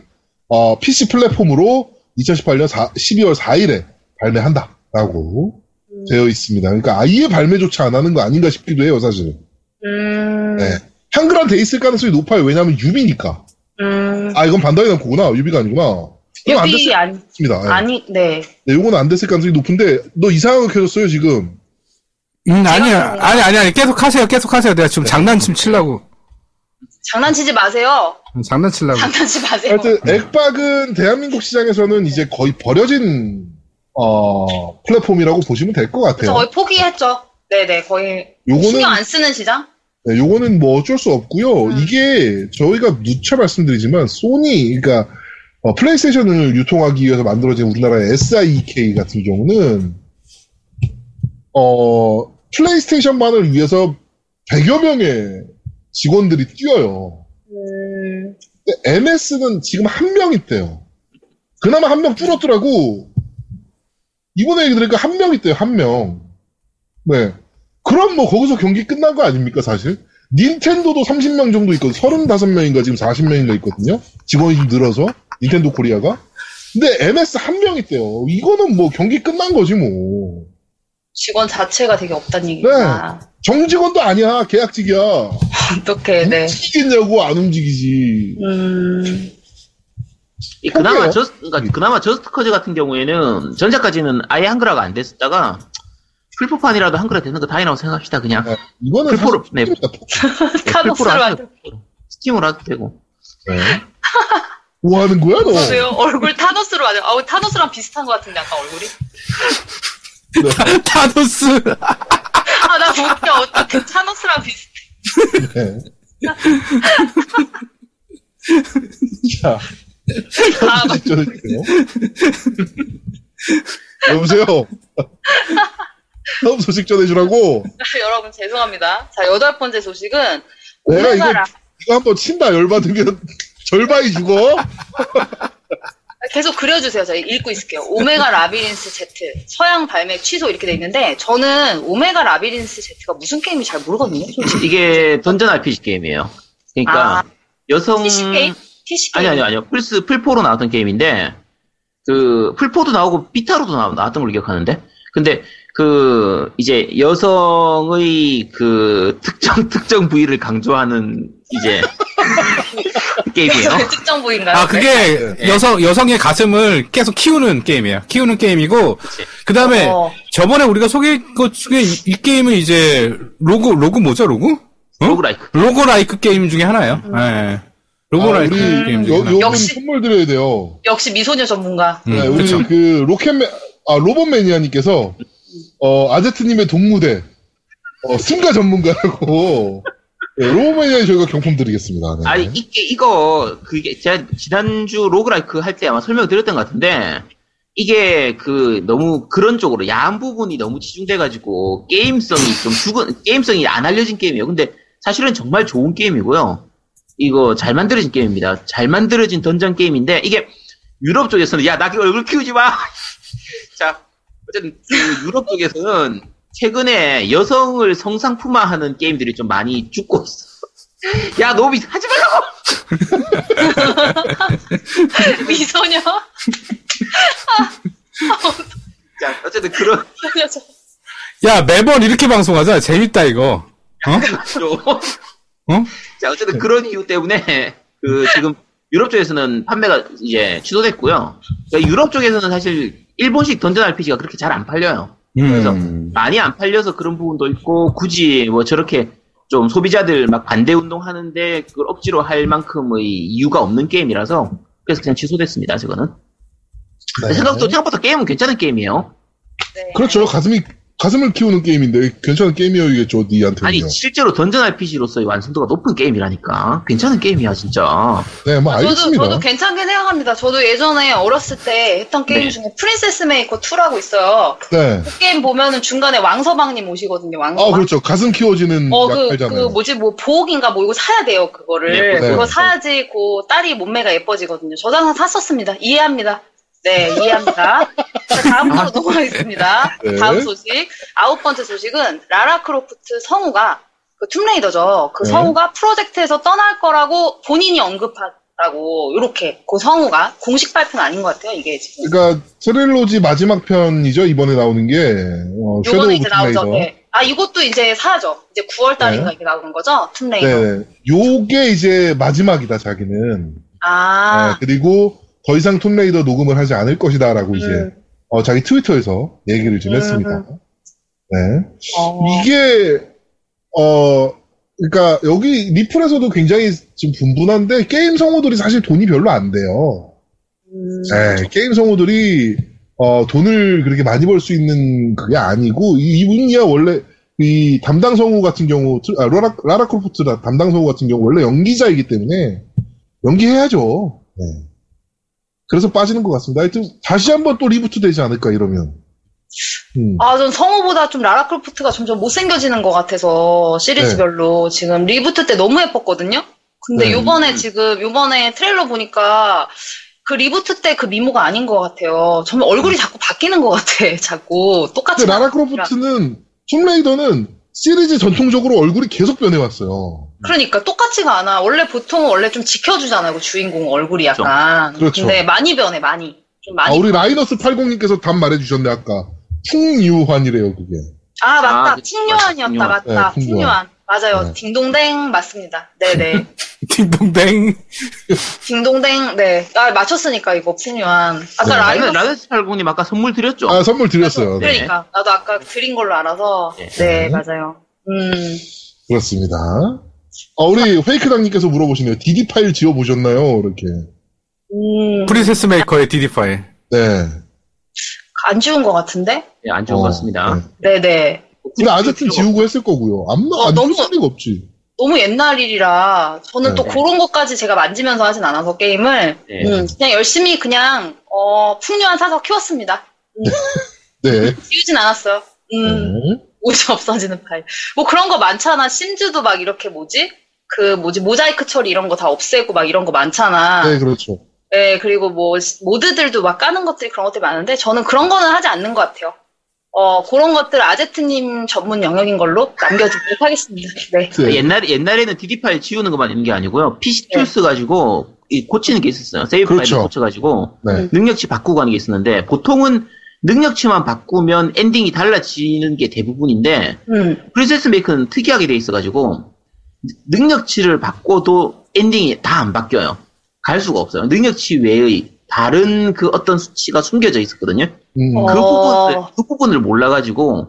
어, PC 플랫폼으로 2018년 12월 4일에 발매한다. 라고 음. 되어 있습니다. 그러니까 아예 발매조차 안 하는 거 아닌가 싶기도 해요, 사실. 음. 네. 한글화 돼 있을 가능성이 높아요. 왜냐하면 유비니까. 음. 아, 이건 반다이 남코구나. 유비가 아니구나. 그럼 안 유비 아니, 됐습니다. 예. 아니 네. 네, 요건 안 됐을 가능성이 높은데, 너 이상하게 켜졌어요, 지금. 음, 아니야. 아니, 아니, 아니. 계속 하세요. 계속 하세요. 내가 네. 지금 장난침 치려고. 장난치지 마세요. 장난치려고. *laughs* 장난치지 마세요. 하여튼, 액박은 대한민국 시장에서는 이제 거의 버려진, 어, 플랫폼이라고 보시면 될 것 그래서 같아요. 거의 포기했죠. 네네, 거의 요거는, 신경 안 쓰는 시장? 네, 요거는 뭐 어쩔 수 없고요. 음. 이게 저희가 누차 말씀드리지만, 소니, 그러니까, 어, 플레이스테이션을 유통하기 위해서 만들어진 우리나라의 SIK 같은 경우는, 어, 플레이스테이션만을 위해서 100여 명의 직원들이 뛰어요. 음, MS는 지금 한 명 있대요. 그나마 한 명 줄었더라고. 이번에 얘기 들으니까 한 명 있대요, 한 명. 네. 그럼 뭐 거기서 경기 끝난 거 아닙니까, 사실? 닌텐도도 30명 정도 있거든요. 35명인가 지금 40명인가 있거든요. 직원이 좀 늘어서. 닌텐도 코리아가. 근데 MS 한 명 있대요. 이거는 뭐 경기 끝난 거지, 뭐. 직원 자체가 되게 네. 없다는 얘기구나. 정직원도 아니야. 계약직이야. 음? 어떻게, 네. 움직이냐고 안 움직이지. 음, 이 그나마 포기해요? 저스 그러니까 그나마 저스트 커즈 같은 경우에는 전작까지는 아예 한글화가 안 됐었다가 풀포판이라도 한글화 되는 거 다행이라고 생각합시다 그냥. 네. 이거는 풀포로, 네. 폭입니다, 폭. *laughs* 카톡으로 하셔도 하죠. 되고, 스팀으로 하도 되고. 네. *laughs* 뭐 하는 거야, 너? 왜요? 얼굴 타노스로 맞아요. 아우, 타노스랑 비슷한 것 같은데, 아까 얼굴이? 타노스. 아, 나 웃겨. 어떻게 타노스랑 비슷해. *laughs* 네. *laughs* 자, 아, 맞- 직전에 주세요. 여보세요? 다음 소식 전해주라고? 여러분, 죄송합니다. 자, 여덟 번째 소식은, 내가 이거- 오늘나라. 이거 한번 친다, 열받으면. 절반이 죽어? 계속 그려주세요. 저희 읽고 있을게요. 오메가 라비린스 Z, 서양 발매 취소 이렇게 돼 있는데, 저는 오메가 라비린스 Z가 무슨 게임인지 잘 모르거든요. 음. 솔직히. 이게 던전 RPG 게임이에요. 그러니까 아. 여성 TC 게임? TC 아니 게임. 아니 아니요 플스 풀포로 나왔던 게임인데 그 풀포도 나오고 비타로도 나, 왔던걸 기억하는데 근데 그 이제 여성의 그 특정 *laughs* 특정 부위를 강조하는 *laughs* 이제 게임이에요. 특정 부인가요? 네. 아, 그게 여성, 여성의 가슴을 계속 키우는 게임이에요. 키우는 게임이고, 그 다음에 어. 저번에 우리가 소개한 것 중에 이, 이 게임은 이제 로고, 로고 뭐죠, 로고? 어? 로그라이크. 로고라이크 게임 중에 하나예요. 예. 로고라이크 게임 중에 아, 요, 하나. 요분 역시. 선물 드려야 돼요. 역시 미소녀 전문가. 음, 네, 우리 그쵸. 그 로켓맨, 아, 로봇매니아님께서, 어, 아제트님의 동무대, 어, 승가 전문가라고, 네, 로봇매니아에 저희가 경품 드리겠습니다. 네. 아니 이게 이거 그게 제가 지난주 로그라이크 할 때 아마 설명 드렸던 것 같은데 이게 그 너무 그런 쪽으로 야한 부분이 너무 치중돼가지고 게임성이 좀 죽은 게임성이 안 알려진 게임이에요. 근데 사실은 정말 좋은 게임이고요. 이거 잘 만들어진 게임입니다. 잘 만들어진 던전 게임인데 이게 유럽 쪽에서는 야 나 얼굴 키우지 마. *laughs* 자 어쨌든 그 유럽 쪽에서는 최근에 여성을 성상품화하는 게임들이 좀 많이 죽고 있어. 야 노비 하지 말라고. 음. *laughs* 미소녀? 자, 어쨌든 그런 미소녀 전- 야, 매번 이렇게 방송하자. 재밌다, 이거. 어? 식으로. 어? 자, 어쨌든 그런 이유 때문에 그 지금 유럽 쪽에서는 판매가 이제 취소됐고요. 그러니까 유럽 쪽에서는 사실 일본식 던전 RPG가 그렇게 잘 안 팔려요. 그래서 많이 안 팔려서 그런 부분도 있고 굳이 뭐 저렇게 좀 소비자들 막 반대 운동하는데 그걸 억지로 할 만큼의 이유가 없는 게임이라서 그래서 그냥 취소됐습니다. 저거는 네. 생각도 생각보다 게임은 괜찮은 게임이에요. 네. 그렇죠. 가슴이, 가슴을 키우는 게임인데, 괜찮은 게임이어야겠죠, 니한테는요. 아니 실제로 던전 RPG로서의 완성도가 높은 게임이라니까 괜찮은 게임이야 진짜 네, 뭐, 아, 저도, 알겠습니다. 저도 괜찮게 생각합니다. 저도 예전에 어렸을 때 했던 게임 네. 중에 프린세스 메이커 2라고 있어요. 네. 그 게임 보면은 중간에 왕서방님 오시거든요. 아, 왕서방. 그렇죠. 가슴 키워지는 어, 약 그, 그, 팔잖아요. 뭐지, 뭐, 보옥인가 뭐, 이거 사야 돼요, 그거를. 네, 네, 그거 네. 사야지, 그, 딸이 몸매가 예뻐지거든요. 저도 항상 샀었습니다. 이해합니다. 네, 이해합니다. 자, 다음으로 넘어가겠습니다. 아. 네. 다음 소식. 아홉 번째 소식은, 라라 크로프트 성우가, 그 툼레이더죠. 그 네. 성우가 프로젝트에서 떠날 거라고 본인이 언급하다고, 요렇게. 그 성우가, 공식 발표는 아닌 것 같아요, 이게 지금. 그러니까 트릴로지 마지막 편이죠 이번에 나오는 게 어, 섀도우 요거는 이제 나오죠. 툼레이더. 네. 아, 이것도 이제 사죠. 이제 9월 달인가 네. 이게 나오는 거죠? 툼레이더. 네, 요게 이제 마지막이다 자기는. 아. 네, 그리고 더 이상 툼레이더 녹음을 하지 않을 것이다라고 이제 음. 어, 자기 트위터에서 얘기를 좀 음. 했습니다. 네, 어. 이게 어 그러니까 여기 리플에서도 굉장히 지금 분분한데 게임 성우들이 사실 돈이 별로 안 돼요. 네, 게임 성우들이 어, 돈을 그렇게 많이 벌 수 있는 그게 아니고 이- 이분이야 원래 이 담당 성우 같은 경우 트- 아, 라라, 라라 크로프트 라- 담당 성우 같은 경우 원래 연기자이기 때문에 연기해야죠. 네. 그래서 빠지는 것 같습니다. 하여튼 다시 한번 또 리부트 되지 않을까 이러면. 음. 아, 전 성우보다 좀 라라 크로프트가 점점 못생겨지는 것 같아서 시리즈별로 지금 리부트 때 너무 예뻤거든요? 근데 네. 요번에 지금, 요번에 트레일러 보니까 그 리부트 때 그 미모가 아닌 것 같아요. 정말 얼굴이 자꾸 바뀌는 것 같아. *laughs* 자꾸 똑같이. 음. 근데 라라 크로프트는 툼레이더는 시리즈 전통적으로 얼굴이 계속 변해왔어요. 그러니까 똑같지가 않아. 원래 보통은 원래 좀 지켜주잖아요. 그 주인공 얼굴이 약간. 그렇죠. 근데 많이 변해, 많이. 좀 아, 많이. 우리 라이너스 80님께서 답 말해주셨네 아까. 풍유환이래요 그게. 아, 아, 맞다. 그치. 풍요한이었다. 맞아, 맞다. 네, 풍요한. 풍요한. 맞아요. 네. 딩동댕 맞습니다. *laughs* 네네. 딩동댕. 딩동댕, 네. 아, 맞췄으니까, 이거, 풍요한. 아까 네. 라면 라이브. 라면스 팔공님 아까 선물 드렸죠? 아 선물 드렸어요. 네. 그러니까. 나도 아까 드린 걸로 알아서. 네. 네, 맞아요. 음. 그렇습니다. 아, 우리 페이크당님께서 물어보시네요. DD 파일 지워보셨나요? 이렇게. 음. 프린세스 메이커의 DD 파일. 네. 안 지운 것 같은데? 네, 안 좋은 어, 것 같습니다. 네. 네네. 근데 아제트는 지우고 했을 거고요. 안, 어, 안 너무- 지울 리가 없지. 너무 옛날 일이라, 네. 저는 또 그런 것까지 제가 만지면서 하진 않아서 게임을. 네. 음, 그냥 열심히 그냥, 어, 풍요한 사서 키웠습니다. 네. 지우진 않았어요. 음. 네. 옷이 없어지는 파일. 뭐 그런 거 많잖아. 심즈도 막 이렇게 뭐지? 그 뭐지 모자이크 처리 이런 거 다 없애고 막 이런 거 많잖아. 네, 그렇죠. 예, 그리고 뭐, 시- 모드들도 막 까는 것들이 그런 것들이 많은데, 저는 그런 거는 하지 않는 것 같아요. 어, 그런 것들 아제트님 전문 영역인 걸로 남겨두도록 하겠습니다. 네. 네. 그러니까 옛날 옛날에는 DD 파일 치우는 것만 있는 게 아니고요. PC 툴스 가지고 이 고치는 게 있었어요. 세이브 그렇죠. 파일을 고쳐가지고 네. 능력치 바꾸고 하는 게 있었는데 보통은 능력치만 바꾸면 엔딩이 달라지는 게 대부분인데 음, 프린세스 메이크는 특이하게 돼 있어가지고 능력치를 바꿔도 엔딩이 다 안 바뀌어요. 갈 수가 없어요. 능력치 외의 다른 그 어떤 수치가 숨겨져 있었거든요. 음, 어. 그 부분을, 그 부분을 몰라가지고,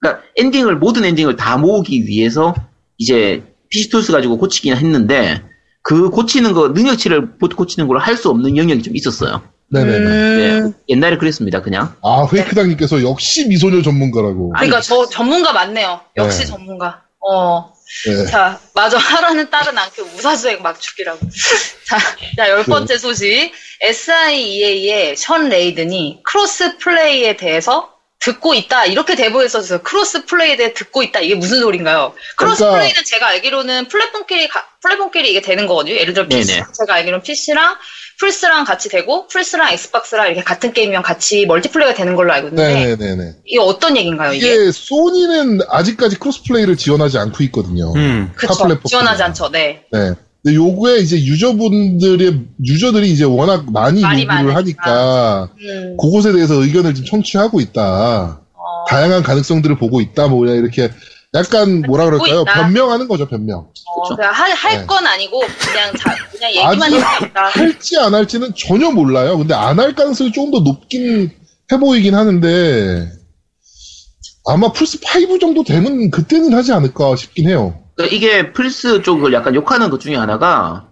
그러니까 엔딩을, 모든 엔딩을 다 모으기 위해서 이제 피시톨스 가지고 고치긴 했는데, 그 고치는 거, 능력치를 보- 고치는 걸 할 수 없는 영역이 좀 있었어요. 네네네. 네, 음. 옛날에 그랬습니다, 그냥. 아, 회크당님께서 역시 미소녀 전문가라고. 아니, 그러니까 저 전문가 맞네요. 역시 네. 전문가. 어. 네. 자, 맞아. 하라는 딸은 안고 우사수액 막죽이라고. 자, 자, 열 네. 번째 소식. SIEA의 션 레이든이 크로스 플레이에 대해서 듣고 있다. 이렇게 대본에 써주세요. 크로스 플레이에 대해 듣고 있다. 이게 무슨 소린가요? 크로스 그러니까- 플레이는 제가 알기로는 플랫폼끼리, 가- 플랫폼끼리 이게 되는 거거든요. 예를 들어 PC, 네네. 제가 알기로는 PC랑 플스랑 같이 되고, 플스랑 엑스박스랑 이렇게 같은 게임이랑 같이 멀티플레이가 되는 걸로 알고 있는데, 네네네네. 이게 어떤 얘기인가요, 이게? 이게 소니는 아직까지 크로스플레이를 지원하지 않고 있거든요. 음. 그쵸. 카 플랫폼. 지원하지 않죠. 네. 네. 근데 요거에 이제 유저분들의, 유저들이 이제 워낙 많이 많이 요구를 하니까, 음, 그곳에 대해서 의견을 좀 청취하고 있다. 어, 다양한 가능성들을 보고 있다. 뭐, 그냥 이렇게 약간 뭐라 듣고 그럴까요? 있다. 변명하는 거죠, 변명. 어, 그냥 네. 할건 아니고 그냥 자, 그냥 얘기만 아주- 해도 된다. 할지 안 할지는 전혀 몰라요. 근데 안 할 가능성이 조금 더 높긴 해 보이긴 하는데 아마 플스 5 정도 되면 그때는 하지 않을까 싶긴 해요. 그러니까 이게 플스 쪽을 약간 욕하는 것 중에 하나가,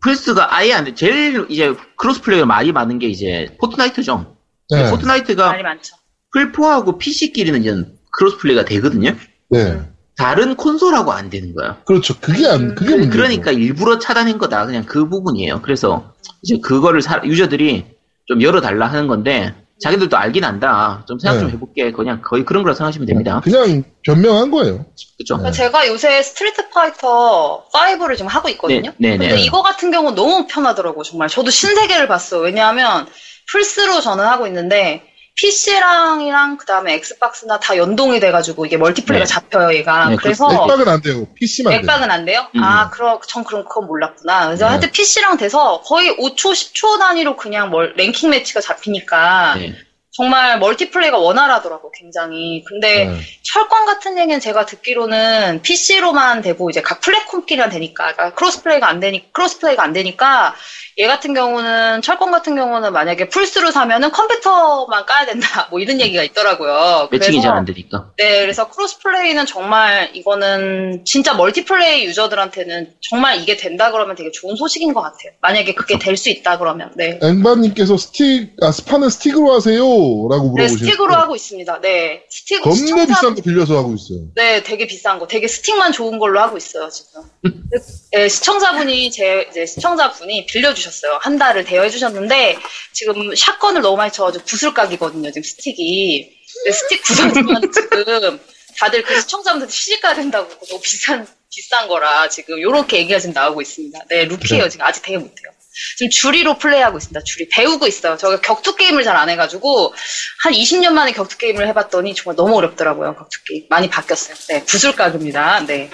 플스가 아예 안 돼. 제일 이제 크로스플레이가 많이 많은 게 이제 포트나이트죠. 네. 포트나이트가 말이 많죠. 플포하고 PC끼리는 이제 크로스플레이가 되거든요. 네. 다른 콘솔하고 안 되는 거야. 그렇죠. 그게 음, 안 그게 문제죠. 그러니까 일부러 차단한 거다. 그냥 그 부분이에요. 그래서 이제 그거를 사- 유저들이 좀 열어달라 하는 건데 자기들도 알긴 안다. 좀 생각 좀 네. 해볼게. 그냥 거의 그런 거라 생각하시면 됩니다. 예. 그냥 변명한 거예요. 그렇죠? 네. 제가 요새 스트리트 파이터 5를 지금 하고 있거든요. 네, 네, 근데 네. 이거 같은 경우는 너무 편하더라고 정말. 저도 신세계를 봤어요. 왜냐하면 플스로 저는 하고 있는데 PC랑이랑 그다음에 엑스박스나 다 연동이 돼가지고 이게 멀티플레이가 네. 잡혀요 얘가. 네, 그래서 액박은 안 돼요. PC만 돼요. 어. 액박은 안 돼요? 음. 아, 그럼, 전 그런 건 몰랐구나. 그래서 네. 하여튼 PC랑 돼서 거의 5초, 10초 단위로 그냥 뭘, 랭킹 매치가 잡히니까 네. 정말 멀티플레이가 원활하더라고, 굉장히. 근데 네. 철권 같은 얘기는 제가 듣기로는 PC로만 되고 이제 각 플랫폼끼리만 되니까, 그러니까 크로스플레이가 안 되니, 크로스플레이가 안 되니까 얘 같은 경우는, 철권 같은 경우는 만약에 풀스로 사면은 컴퓨터만 까야 된다. *laughs* 뭐 이런 얘기가 있더라고요. 매칭이 그래서 잘 안 되니까. 네, 그래서 크로스플레이는 정말 이거는 진짜 멀티플레이 유저들한테는 정말 이게 된다 그러면 되게 좋은 소식인 것 같아요. 만약에 그게 될 수 있다 그러면. 네. 예. 앵바님께서 스틱 아 스파는 스틱으로 하세요라고 물어보시는 네, 스틱으로 하고 있습니다. 네. 스틱 겁내 시청자- 비싼 거 빌려서 하고 있어요. 네, 되게 비싼 거. 되게 스틱만 좋은 걸로 하고 있어요, 지금. 네, 시청자분이 제 이제 시청자분이 빌려주셨어요. 한 달을 대여해 주셨는데 지금 샷건을 너무 많이 쳐가지고 구슬각이거든요, 지금 스틱이. 근데 스틱 구슬각은 지금 다들 그 시청자분들 시집가야 된다고 너무 비싼 비싼 거라 지금 요렇게 얘기가 지금 나오고 있습니다. 네, 루키예요, 지금 아직 되게 못해요. 지금 주리로 플레이하고 있습니다. 주리 배우고 있어요. 저가 격투 게임을 잘 안 해가지고 한 20년 만에 격투 게임을 해봤더니 정말 너무 어렵더라고요. 격투 게임 많이 바뀌었어요. 네, 구슬각입니다. 네.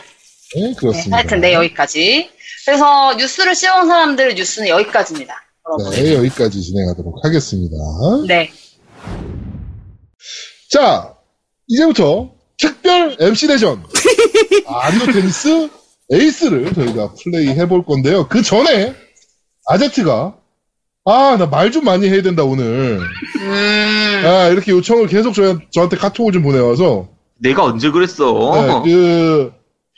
네, 네, 그렇습니다. 하여튼 네 여기까지. 그래서 뉴스를 씌운 사람들의 뉴스는 여기까지입니다. 여러분. 네, 여기까지 진행하도록 하겠습니다. 네. 자, 이제부터 특별 MC *laughs* 대전 안노 테니스 에이스를 저희가 플레이 해볼 건데요. 그 전에 아제트가 아, 나 말 좀 많이 해야 된다, 오늘. 음. 아, 이렇게 요청을 계속 저, 저한테 카톡을 좀 보내와서, 내가 언제 그랬어? 네, 그,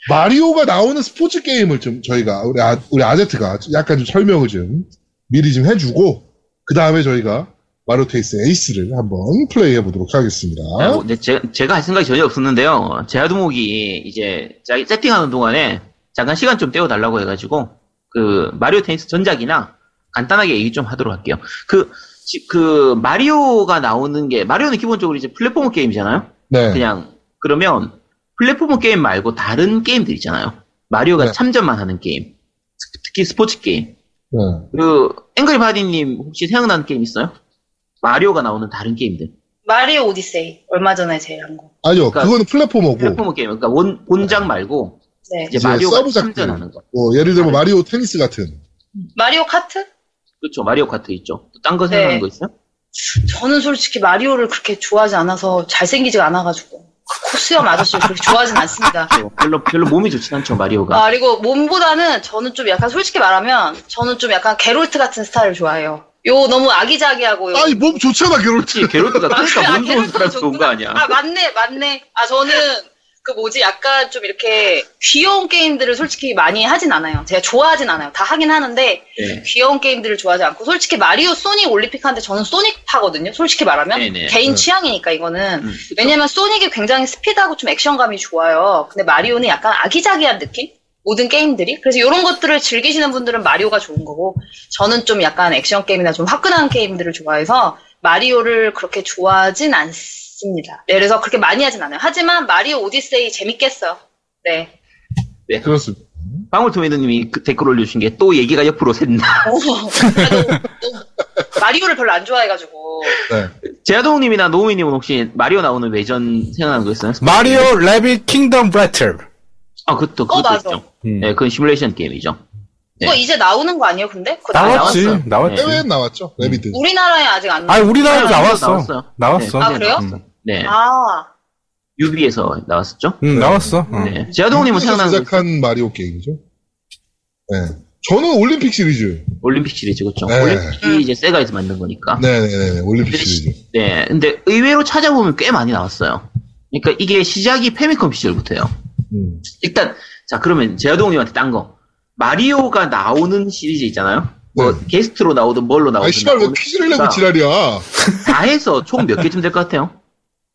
마리오가 나오는 스포츠 게임을 좀 저희가, 우리, 아, 우리 아제트가 약간 좀 설명을 좀 미리 좀 해주고, 그 다음에 저희가 마리오 테니스 에이스를 한번 플레이 해보도록 하겠습니다. 아, 뭐, 네, 제, 제가 할 생각이 전혀 없었는데요. 제아두목이 이제 자기 세팅하는 동안에 잠깐 시간 좀 떼어달라고 해가지고 그 마리오 테니스 전작이나 간단하게 얘기 좀 하도록 할게요. 그, 지- 그 마리오가 나오는 게 마리오는 기본적으로 이제 플랫폼 게임이잖아요. 네. 그냥 그러면 플랫폼 게임 말고 다른 게임들 있잖아요. 마리오가 네. 참전만 하는 게임, 특히 스포츠 게임. 네. 그 앵그리 바디님 혹시 생각나는 게임 있어요? 마리오가 나오는 다른 게임들. 마리오 오디세이 얼마 전에 제일 한 거. 아니요, 그러니까 그거는 플랫포머고. 플랫폼 게임. 그러니까 원 본작 말고 네. 이제 이제 마리오가 서브 작품. 참전하는 거. 뭐, 예를 들면 마리오 테니스 같은. 마리오 카트? 그렇죠. 마리오 카트 있죠. 딴 거 네. 생각하는 거 있어요? 저는 솔직히 마리오를 그렇게 좋아하지 않아서 잘생기지가 않아가지고 코스염 아저씨를 그렇게 좋아하진 *laughs* 않습니다. 네, 별로 별로 몸이 좋진 않죠 마리오가. 아, 그리고 몸보다는 저는 좀 약간 솔직히 말하면 저는 좀 약간 게롤트 같은 스타일을 좋아해요. 요 너무 아기자기하고 요 아니, 몸 좋잖아, 게롤트. 그렇지 게롤트가 아, 그러니까 몸 좋은 게롤트도 사람 좋은 거 좋구나. 아니야. 아 맞네 맞네. 아 저는 그 뭐지 약간 좀 이렇게 귀여운 게임들을 솔직히 많이 하진 않아요. 제가 좋아하진 않아요. 다 하긴 하는데 네. 귀여운 게임들을 좋아하지 않고 솔직히 마리오 소닉 올림픽 하는데 저는 소닉파거든요. 솔직히 말하면 네네. 개인 네. 취향이니까 이거는 음. 왜냐면 소닉이 굉장히 스피드하고 좀 액션감이 좋아요. 근데 마리오는 약간 아기자기한 느낌? 모든 게임들이 그래서 이런 것들을 즐기시는 분들은 마리오가 좋은 거고 저는 좀 약간 액션 게임이나 좀 화끈한 게임들을 좋아해서 마리오를 그렇게 좋아하진 않습니다. 네, 그래서 그렇게 많이 하진 않아요. 하지만 마리오 오디세이 재밌겠어. 네. 그렇습니다. 방울토미드님이 그 댓글 올려주신 게 또 얘기가 옆으로 샜나. *laughs* 오, 너무, 너무. 어, 마리오를 별로 안 좋아해가지고 네. 제아동님이나 노우미님은 혹시 마리오 나오는 외전 생각나는 거 있어요? 마리오 레빗 킹덤 브래틀. 아 그것도 어, 그것도 맞아. 있죠. 음. 네, 그건 시뮬레이션 게임이죠. 그거 이제 나오는 거 아니에요? 근데 그거 네. 나와- 나왔- 나왔지, 나왔어. 나왔지. 네. 해외엔 나왔죠, 레비드. 우리나라에 아직 안 아니 나왔어요. 우리나라도 나왔어. 나왔어요. 나왔어. 나왔어. 네, 아, 그래요? 나왔어요. 네, 아, 유비에서 나왔었죠. 응, 음, 나왔어. 응. 네, 제아동님은 생각나는 거 있어요? 제작한 마리오 게임이죠. 네. 저는 올림픽 시리즈. 올림픽 시리즈 그렇죠. 네. 올림픽이 이제 세가에서 만든 거니까. 네네네, 올림픽 근데 시리즈. 아. 시- 네, 근데 의외로 찾아보면 꽤 많이 나왔어요. 그러니까 이게 시작이 페미컴 시절부터예요. 음. 일단 자 그러면 제아동님한테 딴 거. 마리오가 나오는 시리즈 있잖아요. 뭐 네. 게스트로 나오든 뭘로 나오든 아이, 씨발, 왜 나오는 퀴즈를 내고 시리즈가 지랄이야. 다 해서 총 몇 개쯤 될 것 같아요?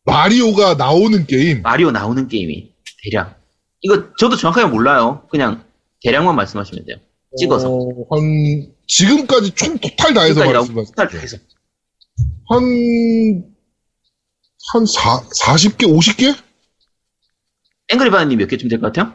마리오가 나오는 게임. 마리오 나오는 게임이 대략 이거 저도 정확하게 몰라요. 그냥 대략만 말씀하시면 돼요. 찍어서 어, 한, 지금까지 총 토탈 다 해서 지금까지 나온 말씀하세요. 토탈 다 해서. 한, 한 사, 40개, 50개? 앵그리바님 몇 개쯤 될 것 같아요?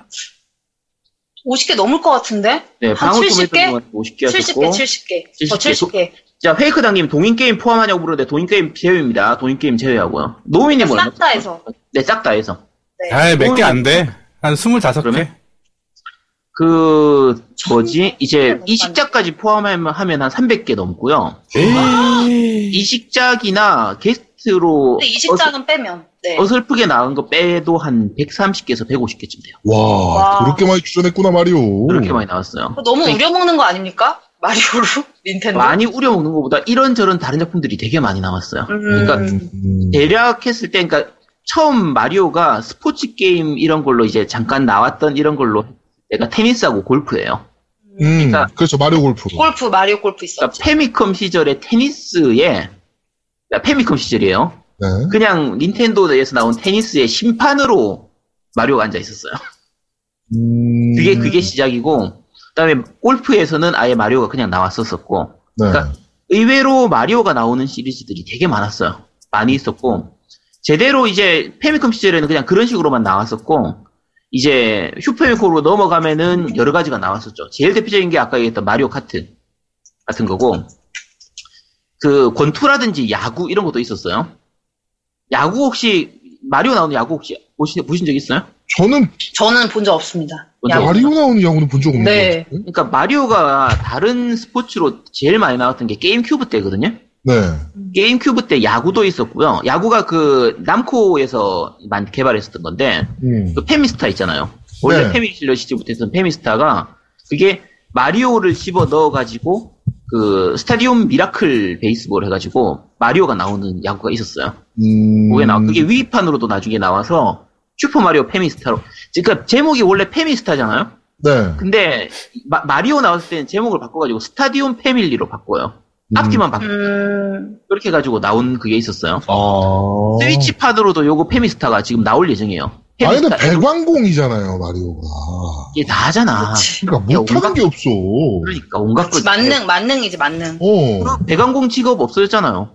50개 넘을 것 같은데? 네, 한 70 개? 50개 70개, 70개. 70개. 어, 70개. 자, 페이크당님, 동인게임 포함하냐고 물었는데, 동인게임 제외입니다. 동인게임 제외하고요. 노미님 뭐라 싹 다 해서. 네, 싹 다 해서. 아이, 몇 개 안 돼. 한 25개? 그러면? 그, 뭐지, 개 이제, 넘는 이식작까지 포함하면 하면 한 300개 넘고요. 아. 음. 에이. 이식작이나 게스트로. 근데 이식장은 빼면. 네. 어슬, 프게 나온 거 빼도 한 130개에서 150개쯤 돼요. 와, 와. 그렇게 많이 출전했구나, 마리오. 그렇게 많이 나왔어요. 그거 너무 그러니까 우려먹는 거 아닙니까? *laughs* 마리오로? 닌텐도? 많이 우려먹는 것보다 이런저런 다른 작품들이 되게 많이 나왔어요. 음, 그러니까 음. 대략 했을 때, 그러니까 처음 마리오가 스포츠 게임 이런 걸로 이제 잠깐 나왔던 이런 걸로 내가 테니스하고 골프예요. 음, 그러니까- 그렇죠, 마리오 골프. 골프, 마리오 골프 있었지. 그러니까 페미컴 시절의 테니스에 그러니까 페미컴 시절이에요. 네. 그냥 닌텐도에서 나온 테니스의 심판으로 마리오가 앉아 있었어요. 음. 그게 그게 시작이고 그다음에 골프에서는 아예 마리오가 그냥 나왔었었고 네. 그러니까 의외로 마리오가 나오는 시리즈들이 되게 많았어요. 많이 있었고, 제대로 이제 페미컴 시절에는 그냥 그런 식으로만 나왔었고, 이제 슈퍼미컴으로 넘어가면은 여러 가지가 나왔었죠. 제일 대표적인 게 아까 얘기했던 마리오 카트 같은 거고, 그 권투라든지 야구 이런 것도 있었어요. 야구 혹시, 마리오 나오는 야구 혹시 보신, 보신 적 있어요? 저는 저는 본 적 없습니다. 먼저 야, 마리오 나오는 야구는 본 적 없는 네. 것 같은데? 그러니까 마리오가 다른 스포츠로 제일 많이 나왔던 게 게임 큐브 때거든요. 네. 게임 큐브 때 야구도 있었고요. 야구가 그 남코에서 만 개발했었던 건데 음. 그 페미스타 있잖아요. 원래 네. 페미실러 시즌부터 했던 페미스타가 그게 마리오를 집어 넣어가지고 그 스타디움 미라클 베이스볼 해가지고 마리오가 나오는 야구가 있었어요. 음. 그게 나 그게 위판으로도 나중에 나와서 슈퍼 마리오 페미스타로 그러니까 제목이 원래 페미스타잖아요. 네. 근데 마, 리오 나왔을 때는 제목을 바꿔가지고 스타디움 패밀리로 바꿔요. 음. 앞뒤만 바꿔 음, 그렇게 해가지고 나온 그게 있었어요. 아. 스위치 파드로도 요거 페미스타가 지금 나올 예정이에요. 아니, 근데 페미스타 백왕공이잖아요, 마리오가. 이게 다 하잖아. 그치. 그러니까 야, 못하는 온갖- 게 없어. 그러니까 온갖 거. 만능, 만능이지, 만능. 어. 그 배관공 직업 없어졌잖아요.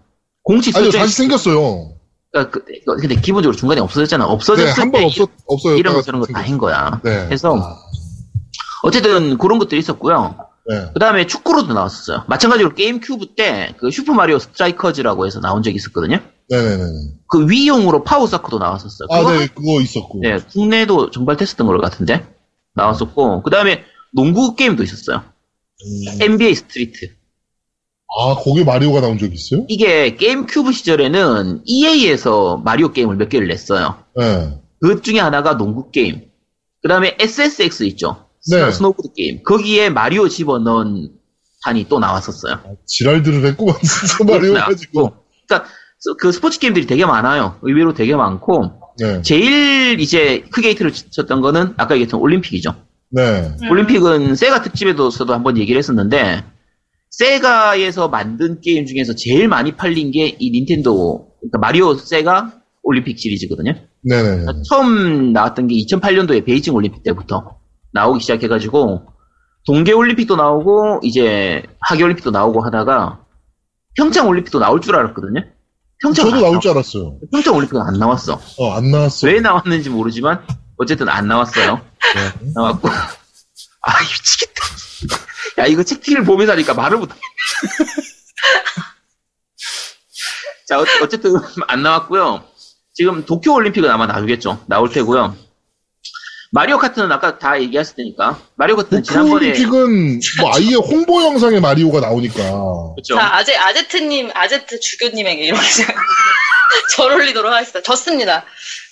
공식 아니요, 설정. 다시 생겼어요. 그러니까 그- 그- 근데 기본적으로 중간에 없어졌잖아. 네, 없어졌을 한 때 번 없어, 없어요. 이런 거 저런 거 다 한 거야. 네. 해서 어쨌든 그런 것들이 있었고요. 네. 그 다음에 축구로도 나왔었어요. 마찬가지로 게임큐브 때 그 슈퍼마리오 스트라이커즈라고 해서 나온 적이 있었거든요. 네네네. 그 위용으로 파워사커도 나왔었어요. 아, 그거 네, 그거 있었고. 네, 국내도 정발됐었던 것 같은데 나왔었고 그 다음에 농구 게임도 있었어요. 음. NBA 스트리트 아, 거기 마리오가 나온 적 있어요? 이게 게임큐브 시절에는 EA에서 마리오 게임을 몇 개를 냈어요. 네. 그 중에 하나가 농구 게임. 그 다음에 SSX 있죠. 네. 스노우보드 게임. 거기에 마리오 집어넣은 판이 또 나왔었어요. 지랄들을 했구만, *laughs* 진짜 마리오 가지고. 나왔고. 그러니까 스- 그 스포츠 게임들이 되게 많아요. 의외로 되게 많고 네. 제일 이제 크게 히트를 치- 쳤던 거는 아까 얘기했던 올림픽이죠. 네. 음. 올림픽은 세가 특집에서도 한번 얘기를 했었는데 세가에서 만든 게임 중에서 제일 많이 팔린 게 이 닌텐도 그러니까 마리오 세가 올림픽 시리즈거든요. 네네네. 처음 나왔던 게 2008년도에 베이징 올림픽 때부터 나오기 시작해가지고 동계 올림픽도 나오고 이제 하계 올림픽도 나오고 하다가 평창 올림픽도 나올 줄 알았거든요. 평창 저도 나올 줄 알았어요. 평창 올림픽은 안 나왔어. 어, 안 나왔어요. 왜 나왔는지 모르지만 어쨌든 안 나왔어요. 네. 나왔고 *laughs* 아 미치겠다. *laughs* 야 이거 채팅을 보면서 하니까 *laughs* 말을 못해. 자 어- 어쨌든 안 나왔고요. 지금 도쿄 올림픽은 아마 나오겠죠. 나올 테고요. 마리오 카트는 아까 다 얘기했을 테니까 마리오 카트는 지난번에 올림픽은 뭐 아예 홍보 영상에 마리오가 나오니까. 그렇죠. 자, 아제, 아제트님, 아제트 주교님에게 이렇게 제가 *laughs* 절 올리도록 하겠습니다. 졌습니다.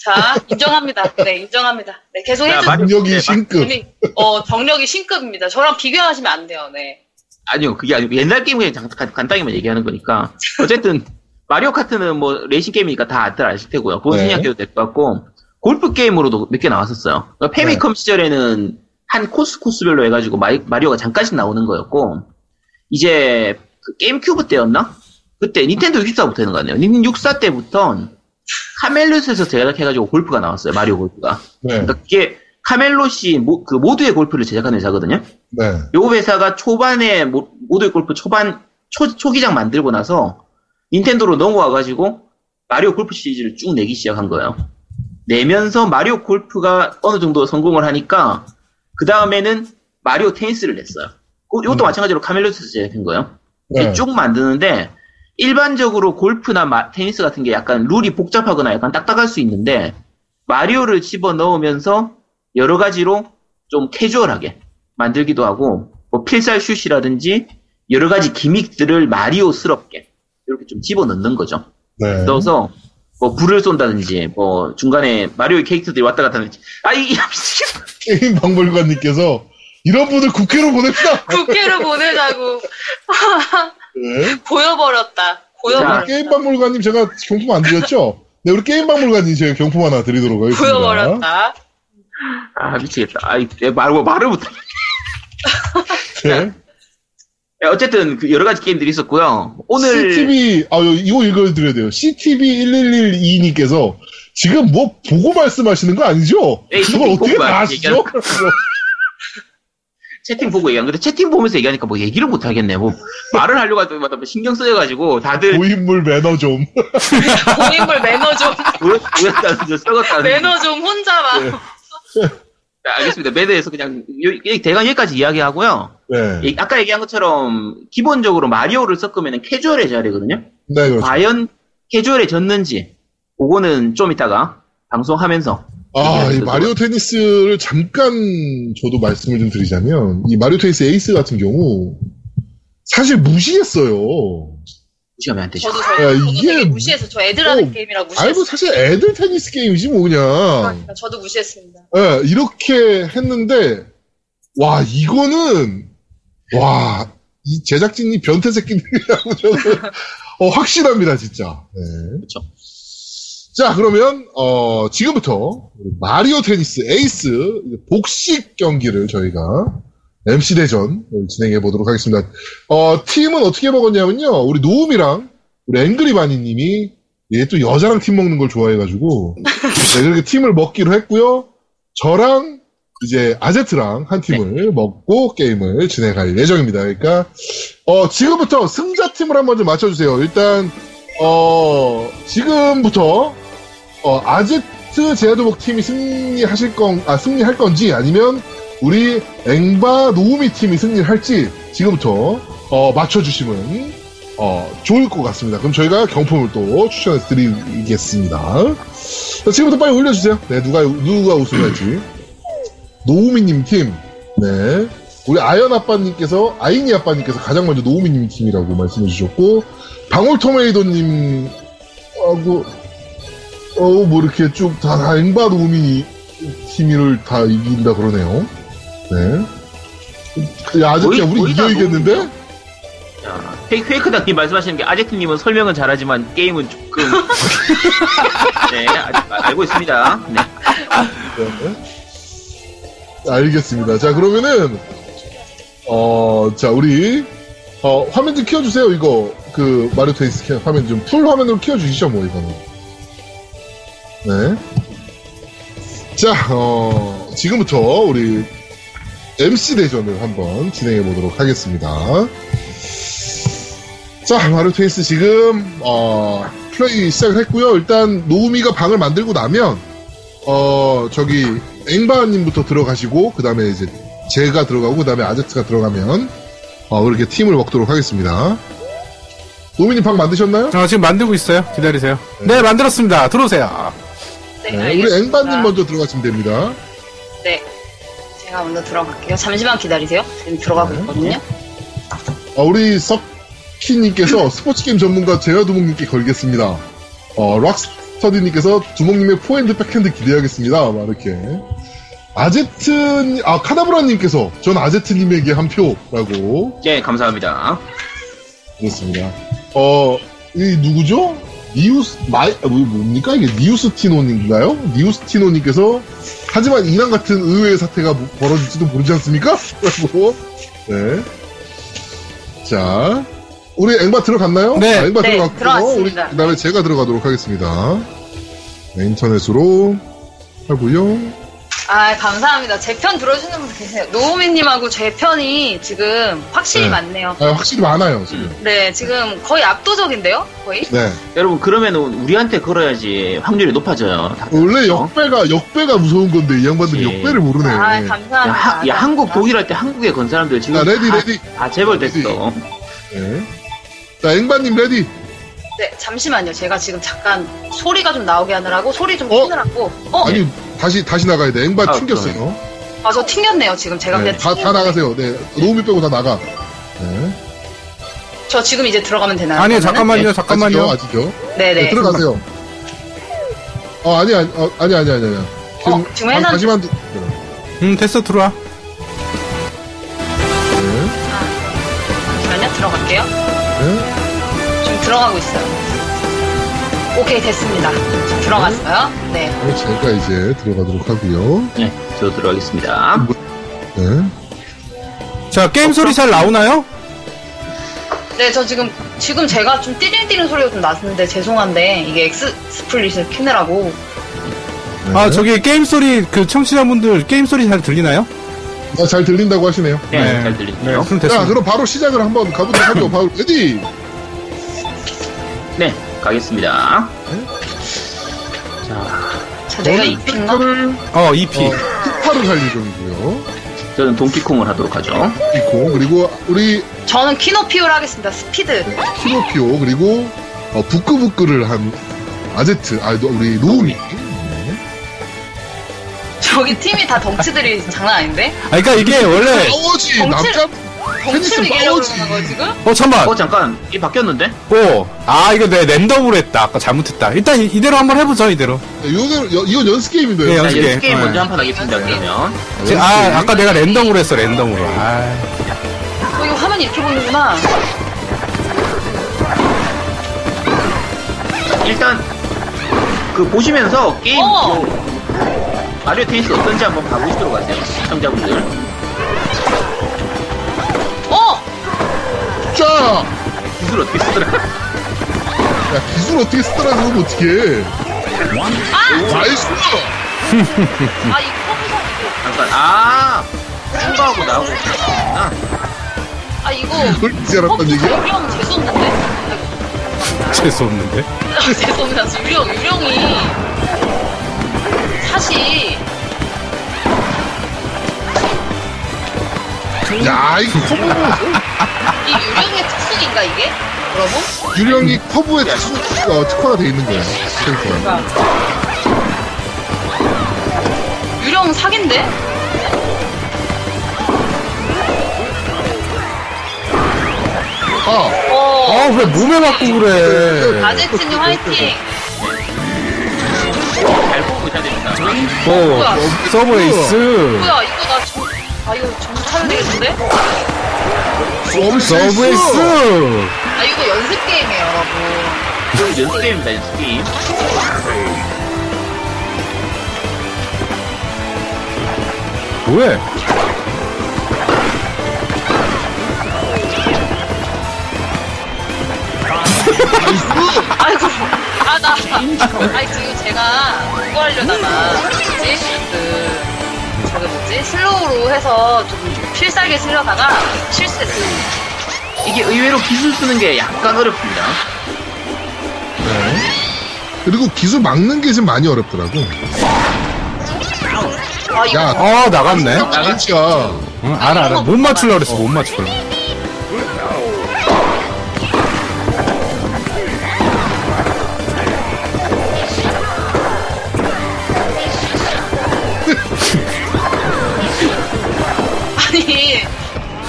자, 인정합니다. 네, 인정합니다. 네, 계속 자, 해주세요. 마지막 능력이 네, 신급. 이 어, 정력이 신급입니다. 저랑 비교하시면 안 돼요, 네. 아니요, 그게 아니고 옛날 게임 그냥 장- 간- 간단히만 얘기하는 거니까. 어쨌든 마리오 카트는 뭐 레이싱 게임이니까 다 다들 아실 테고요. 그건 네. 생략해도 될 것 같고 골프 게임으로도 몇 개 나왔었어요. 그러니까 페미컴 시절에는 한 코스 코스별로 해가지고 마이, 마리오가 잠깐씩 나오는 거였고 이제 그 게임 큐브 때였나? 그때 닌텐도 64부터 있는 거 같네요. 닌 64 때부터 카멜롯에서 제작해가지고 골프가 나왔어요. 마리오 골프가. 네. 그러니까 그게 카멜롯이 모, 그 모두의 골프를 제작한 회사거든요. 네. 요 회사가 초반에 모- 모드 골프 초반 초, 초기작 만들고 나서 닌텐도로 넘어와가지고 마리오 골프 시리즈를 쭉 내기 시작한 거예요. 내면서 마리오 골프가 어느 정도 성공을 하니까 그 다음에는 마리오 테니스를 냈어요. 그- 이것도 음. 마찬가지로 카멜로스에서 제작한 거예요. 네. 쭉 만드는데 일반적으로 골프나 마- 테니스 같은 게 약간 룰이 복잡하거나 약간 딱딱할 수 있는데 마리오를 집어 넣으면서 여러 가지로 좀 캐주얼하게 만들기도 하고 뭐 필살 슛이라든지 여러 가지 기믹들을 마리오스럽게 이렇게 좀 집어 넣는 거죠. 네. 넣어서 뭐 불을 쏜다든지 뭐 중간에 마리오의 캐릭터들이 왔다 갔다 하는지 아이 미치겠다. *laughs* 게임 박물관님께서 이런 분을 국회로 보냅시다. *laughs* 국회를 보내자고 네. 보여버렸다. 자, 우리 보여버렸다. 게임 박물관님 제가 경품 안 드렸죠? 네, 우리 게임 박물관님 제가 경품 하나 드리도록 하겠습니다. 보여버렸다. 아 미치겠다. 아이 말고 말을 못해. 네. 어쨌든 그 여러 가지 게임들이 있었고요. 오늘 CTV, 아, 이거 읽어드려야 돼요. CTV1112님께서 지금 뭐 보고 말씀하시는 거 아니죠? 네, 그걸 보고 어떻게 말- 다 아시죠? 얘기하는 *laughs* 채팅 보고 얘기한 건데 채팅 보면서 얘기하니까 뭐 얘기를 못 하겠네. 뭐 말을 하려고 할 때마다 뭐 신경 쓰여가지고 다들 고인물 매너 좀. 고인물 *laughs* 매너 좀, 모였다는 줄 썩었다는. 줄. 매너 좀 혼자 막. 네. 자, 알겠습니다. 매드에서 그냥 요- 이- 대강 여기까지 이야기하고요. 네. 이- 아까 얘기한 것처럼 기본적으로 마리오를 섞으면 캐주얼해져야 되거든요. 네, 그렇죠. 과연 캐주얼해졌는지 그거는 좀 이따가 방송하면서 아, 이 그래서 마리오 테니스를 잠깐 저도 말씀을 좀 드리자면, 이 마리오 테니스 에이스 같은 경우, 사실 무시했어요. 무시하면 안 되죠. 저도 야, 저, 저도 이게- 되게 무시해서 저 애들 하는 어, 게임이라고 아이, 무시했어요. 뭐, 사실 애들 테니스 게임이지, 뭐, 그냥. 그러니까 저도 무시했습니다. 예, 이렇게 했는데, 와, 이거는, 와, 이 제작진이 변태 새끼들이라고 저는, *laughs* 어, 확신합니다, 진짜. 네. 그쵸. 자, 그러면, 어, 지금부터, 우리 마리오 테니스 에이스 복식 경기를 저희가 MC 대전을 진행해 보도록 하겠습니다. 어, 팀은 어떻게 먹었냐면요. 우리 노움이랑, 우리 앵그리 바니님이, 얘 또 여자랑 팀 먹는 걸 좋아해가지고, *laughs* 네, 그렇게 팀을 먹기로 했고요. 저랑 이제 아제트랑 한 팀을 먹고 게임을 진행할 예정입니다. 그러니까 어, 지금부터 승자 팀을 한번 좀 맞춰주세요. 일단 어, 지금부터 어, 아제트 제야도복 팀이 승리하실 건, 아, 승리할 건지 아니면 우리 앵바 노우미 팀이 승리를 할지 지금부터 어, 맞춰주시면 어, 좋을 것 같습니다. 그럼 저희가 경품을 또 추천해 드리겠습니다. 자, 지금부터 빨리 올려주세요. 네, 누가, 누가 우승할지. *clears throat* 노우미님 팀. 네. 우리 아연 아빠님께서, 아이니 아빠님께서 가장 먼저 노우미님 팀이라고 말씀해 주셨고, 방울토메이도님 하고 어우 뭐 이렇게 쭉다 앵바 노우미 팀을 다 이긴다 그러네요. 네. 야, 아저씨야 거의- 우리 거의 다 이겨 이겠는데? 야, 페이- 페이크닥님 말씀하시는 게 아제트님은 설명은 잘하지만 게임은 조금 *laughs* 네 아- 알고 있습니다. 네. 네. 알겠습니다. 자 그러면은 어자 우리 어 화면 좀 키워주세요 이거 그 마리오 테니스 키- 화면 좀 풀 화면으로 키워주시죠 뭐 이거는 네. 네자어 지금부터 우리 MC 대전을 한번 진행해 보도록 하겠습니다. 자 마리오 테니스 지금 어 플레이 시작을 했고요. 일단 노우미가 방을 만들고 나면 어 저기 앵바님부터 들어가시고 그 다음에 이제 제가 들어가고 그 다음에 아제트가 들어가면 어 그렇게 팀을 먹도록 하겠습니다. 노미님 방 만드셨나요? 아, 지금 만들고 있어요. 기다리세요. 네, 만들었습니다. 들어오세요. 네, 네, 우리 알겠습니다. 앵바님 먼저 들어가시면 됩니다. 네. 제가 먼저 들어갈게요. 잠시만 기다리세요. 지금 들어가고 네. 있거든요. 어, 우리 석희님께서 스포츠게임 전문가 제화두목님께 걸겠습니다. 어, 락스터디님께서 두목님의 포핸드 백핸드 기대하겠습니다. 막 이렇게. 아제트, 아, 카나브라님께서 전 아제트님에게 한 표라고 예 감사합니다. 그랬습니다. 어, 이 누구죠? 니우스, 마이, 아, 뭐- 뭡니까? 이게 니우스티노님인가요? 니우스티노님께서 하지만 이랑 같은 의외의 사태가 뭐- 벌어질지도 모르지 않습니까? 라고. 네. 자. 우리 앵바 들어갔나요? 네. 아, 앵바 네, 들어갔고. 들어갔습니다. 우리 그다음에 제가 들어가도록 하겠습니다. 네, 인터넷으로 하고요. 아, 감사합니다. 제 편 들어주는 분 계세요. 노우미님하고 제 편이 지금 확실히 네. 많네요. 아, 확실히 많아요, 지금. 네, 지금 거의 압도적인데요? 거의? 네. 여러분 그러면은 우리한테 걸어야지 확률이 높아져요. 다- 원래 어? 역배가, 역배가 무서운 건데, 이 양반들이 예. 역배를 모르네. 그렇죠. 아, 야, 감사합니다. 하- 야, 한국 독일할 때 한국에 건 사람들 지금 자, 아, 레디, 다, 레디. 다 재벌 됐어. 네. 자, 앵바님 레디. 네, 잠시만요. 제가 지금 잠깐 소리가 좀 나오게 하느라고 소리 좀 어? 키느라고. 어? 아니, 다시, 다시 나가야 돼. 앵바 아, 튕겼어요. 아, 저 튕겼네요. 지금 제가 네, 그냥 다, 다 튕겼- 나가세요. 네. 노우미 빼고 다 나가. 네. 저 지금 이제 들어가면 되나요? 아니요, 그러면은? 잠깐만요, 잠깐만요. 아직요, 아직요. 네, 네네. 들어가세요. 어, 아니, 아니, 어, 아니, 아니, 아니, 아니. 지금, 어, 지금 해놨- 다시 만두. 음, 됐어, 들어와. 네. 잠시만요. 들어갈게요. 네. 지금 들어가고 있어요. 오케이, 됐습니다. 지금 들어갔어요. 네. 네. 제가 이제 들어가도록 하고요 네, 저 들어가겠습니다. 네. 자, 게임 소리 잘 나오나요? 네, 저 지금, 지금 제가 좀 띠링띠링 소리가 좀 났는데 죄송한데, 이게 엑스 스플릿을 키느라고. 네. 아, 저기 게임 소리, 그 청취자분들 게임 소리 잘 들리나요? 아, 잘 들린다고 하시네요. 네, 잘 들리네요. 네, 그럼 자, 됐습니다. 그럼 바로 시작을 한번 가보도록 하죠. 바로 레디. 네, 가겠습니다. 자, 자, 내가 저는 입혔나? 특파를, 어, EP. 어, 특파를 할 예정이고요. 저는 동키콩을 하도록 하죠. 있고, 그리고 우리 저는 키노피오를 하겠습니다. 스피드. 키노피오 그리고 어, 부끄부끄를 한 아제트 아 노- 우리 노우미 네. 저기 팀이 다 덩치들이 장난 아닌데? 아, 그러니까 이게 원래, 싸워지 정치를- 남자 테니스 덩치를 이기려고 싸워지 그러는 거예요, 지금? 어, 잠깐만. 어, 잠깐, 이 바뀌었는데? 오, 아, 이거 내 랜덤으로 했다. 아까 잘못했다. 일단 이, 대로 한번 해보죠, 이대로. 네, 이건, 여- 이건 연습 네, 게임인데요 자, 연습 연습 게임 네. 먼저 한 판 하겠습니다, 그러면. 제- 아, 아까 내가 랜덤으로 했어, 랜덤으로. 아, *laughs* 어, 이거 화면 이렇게 보이는구나. 일단, 그, 보시면서 게임, 어! 그 마리오 테니스 어떤지 한번 봐보시도록 하세요, 시청자분들. 어! 자 기술 어떻게 쓰더라? *laughs* 야, 기술 어떻게 쓰더라 그러면 어떻게 어? 나이스 아, 이거 커브샷. 잠깐, 아! 통과하고 나오고. 아, 아, 이거. 그걸 이제 알았단 얘기야? 커브샷 유령 재수없는데? 재수없는데. 아, 죄송합니다. 저 유령, 유령이. 사실. 야, 이 커브, 이 유령의 특수인가 이게? 여러분? 유령이 커브에 특, 어, 특화가 돼 있는 거야. 그러니까. 그래서. 유령 사기인데? 아, 어. 네. 아, 왜 몸에 맞고 그래. 아제트님 화이팅. 잘 보고 있어야 됩니다. 어, 서브 에이스. 뭐야 이거 나 정, 아 이거 정찰 되겠는데? 서비스! 서브 에이스. 아 이거 연습 게임이에요 여러분. 이건 그 연습게임입니다, 연습게임. 뭐해? 아이고 아나 아이 지금 제가 그거 하려다가 뭐지 그 저게 뭐지 슬로우로 해서 좀 필살기 쓰려다가 실수했어요. 이게 의외로 기술 쓰는 게 약간 어렵습니다. 그리고 기술 막는 게 지금 많이 어렵더라고. 아 이거 야, 아, 나갔네. 나가치야. 응, 알아, 알아. 못 맞추려고 그랬어, 못 맞추려고. 아니. *laughs*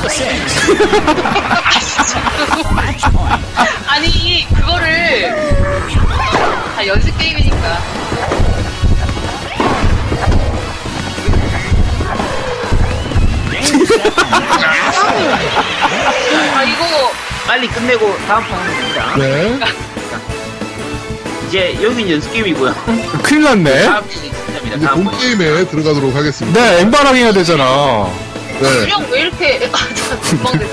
아, 진짜. 아니, 그거를. 다 연습 게임이니까. 아, 이거. 빨리 끝내고 다음 판 합니다. 네. 이제 여긴 연습게임이고요. 큰일 났네. 다음 판이 진짜입니다, 이제 본 다음 판. 게임에 들어가도록 하겠습니다. 네, 엠바랑 해야 되잖아. 네. 수령 왜 이렇게. *laughs* 아, 나 금방 됐어.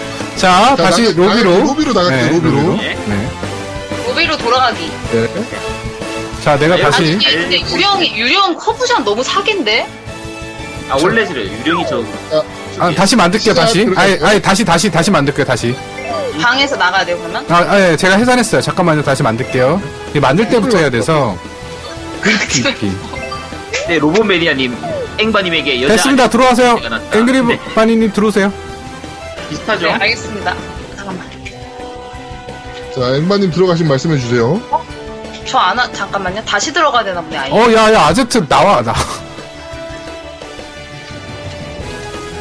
자, 자, 다시 나가- 로비로. 나가- 로비로 나갈게요, 로비로. 네. 네. 로비로 돌아가기. 네. 자, 내가 네. 아니, 다시. 이게 근데 유령이, 유령 커브샷 너무 사기인데? 아, 원래 그래요. 유령이 저. 아, 다시 만들게요, 다시. 시작, 아니, 들어가세요. 아니, 다시, 다시, 다시 만들게요, 다시. 방에서 나가야 돼요, 그러면? 아, 아, 예, 제가 해산했어요. 잠깐만요, 다시 만들게요. 이게 만들 때부터 해야 돼서. 음. 네, 로보메리아님, 앵바님에게 여자. 됐습니다, 들어와세요. 제가 났다. 앵그리 네, 바니님 들어오세요. 비슷하죠? *laughs* 네, 알겠습니다. 잠깐만. 자, 엠바님 들어가신 말씀해 주세요. 저 안, 하, 잠깐만요. 다시 들어가야 되나 보네, 아예. 어, 야, 야, 아제트 나와, 나.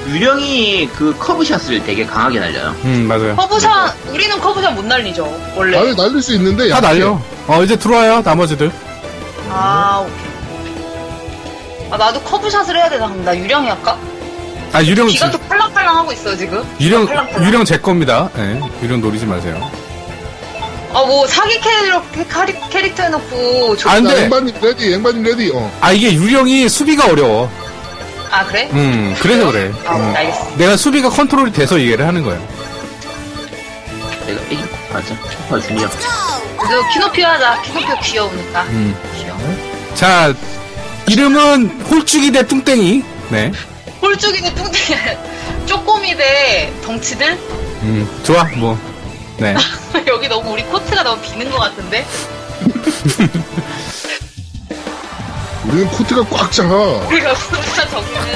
유령이 그 커브샷을 되게 강하게 날려요. 음, 맞아요. 커브샷, 우리는 커브샷 못 날리죠, 원래. 날, 날릴 수 있는데. 다 약해. 날려. 어, 이제 들어와요, 나머지들. 아, 오케이. 아, 나도 커브샷을 해야 되나? 그럼 나 유령이 할까? 아, 유령, 기가 지- 또 팔랑팔랑 하고 있어, 지금. 유령, 팔랑팔랑. 유령 제 겁니다. 예, 유령 노리지 마세요. 아, 뭐, 사기 캐릭터, 캐리, 캐릭터 해놓고. 조... 아, 아, 자, 근데, 엠바님 레디, 엠바님 레디. 어. 아, 이게 유령이 수비가 어려워. 아, 그래? 음, 그래서 그래. 아, 음. 알겠어. 내가 수비가 컨트롤이 돼서 얘기를 하는 거예요. 내가 에이, 맞아. 아, 중요. 그래서 키노피오 하자. 키노피오 귀여우니까. 귀여워. 음. 자, 이름은 홀쭉이 대 뚱땡이. 네. 홀쭉이고 뚱뚱이. *laughs* 쪼꼬미 대 덩치들? *laughs* 음, 좋아, 뭐. *laughs* 네. 여기 너무 우리 코트가 너무 비는 것 같은데? 우리는 코트가 꽉 차. 우리가 *laughs* 코트가 저기는.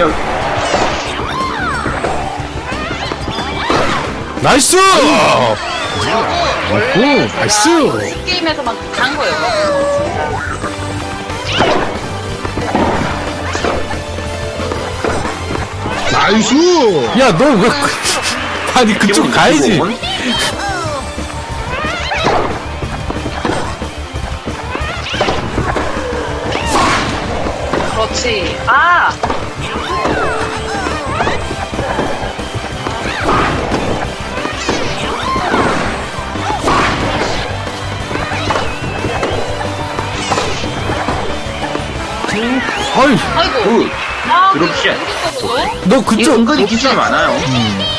야, 나이스! 저거 오, 원래 제가 나이스! 연습 게임에서만 간 거예요. 나이스! 야, 너 *laughs* 왜. 그- 아니, 그쪽 가야지. 기본 그렇지. 아! 아이, 아이고. 굿. 아, 드롭샷. 너, 너 그, 이거 그쪽, 은근히 기술이 많아요.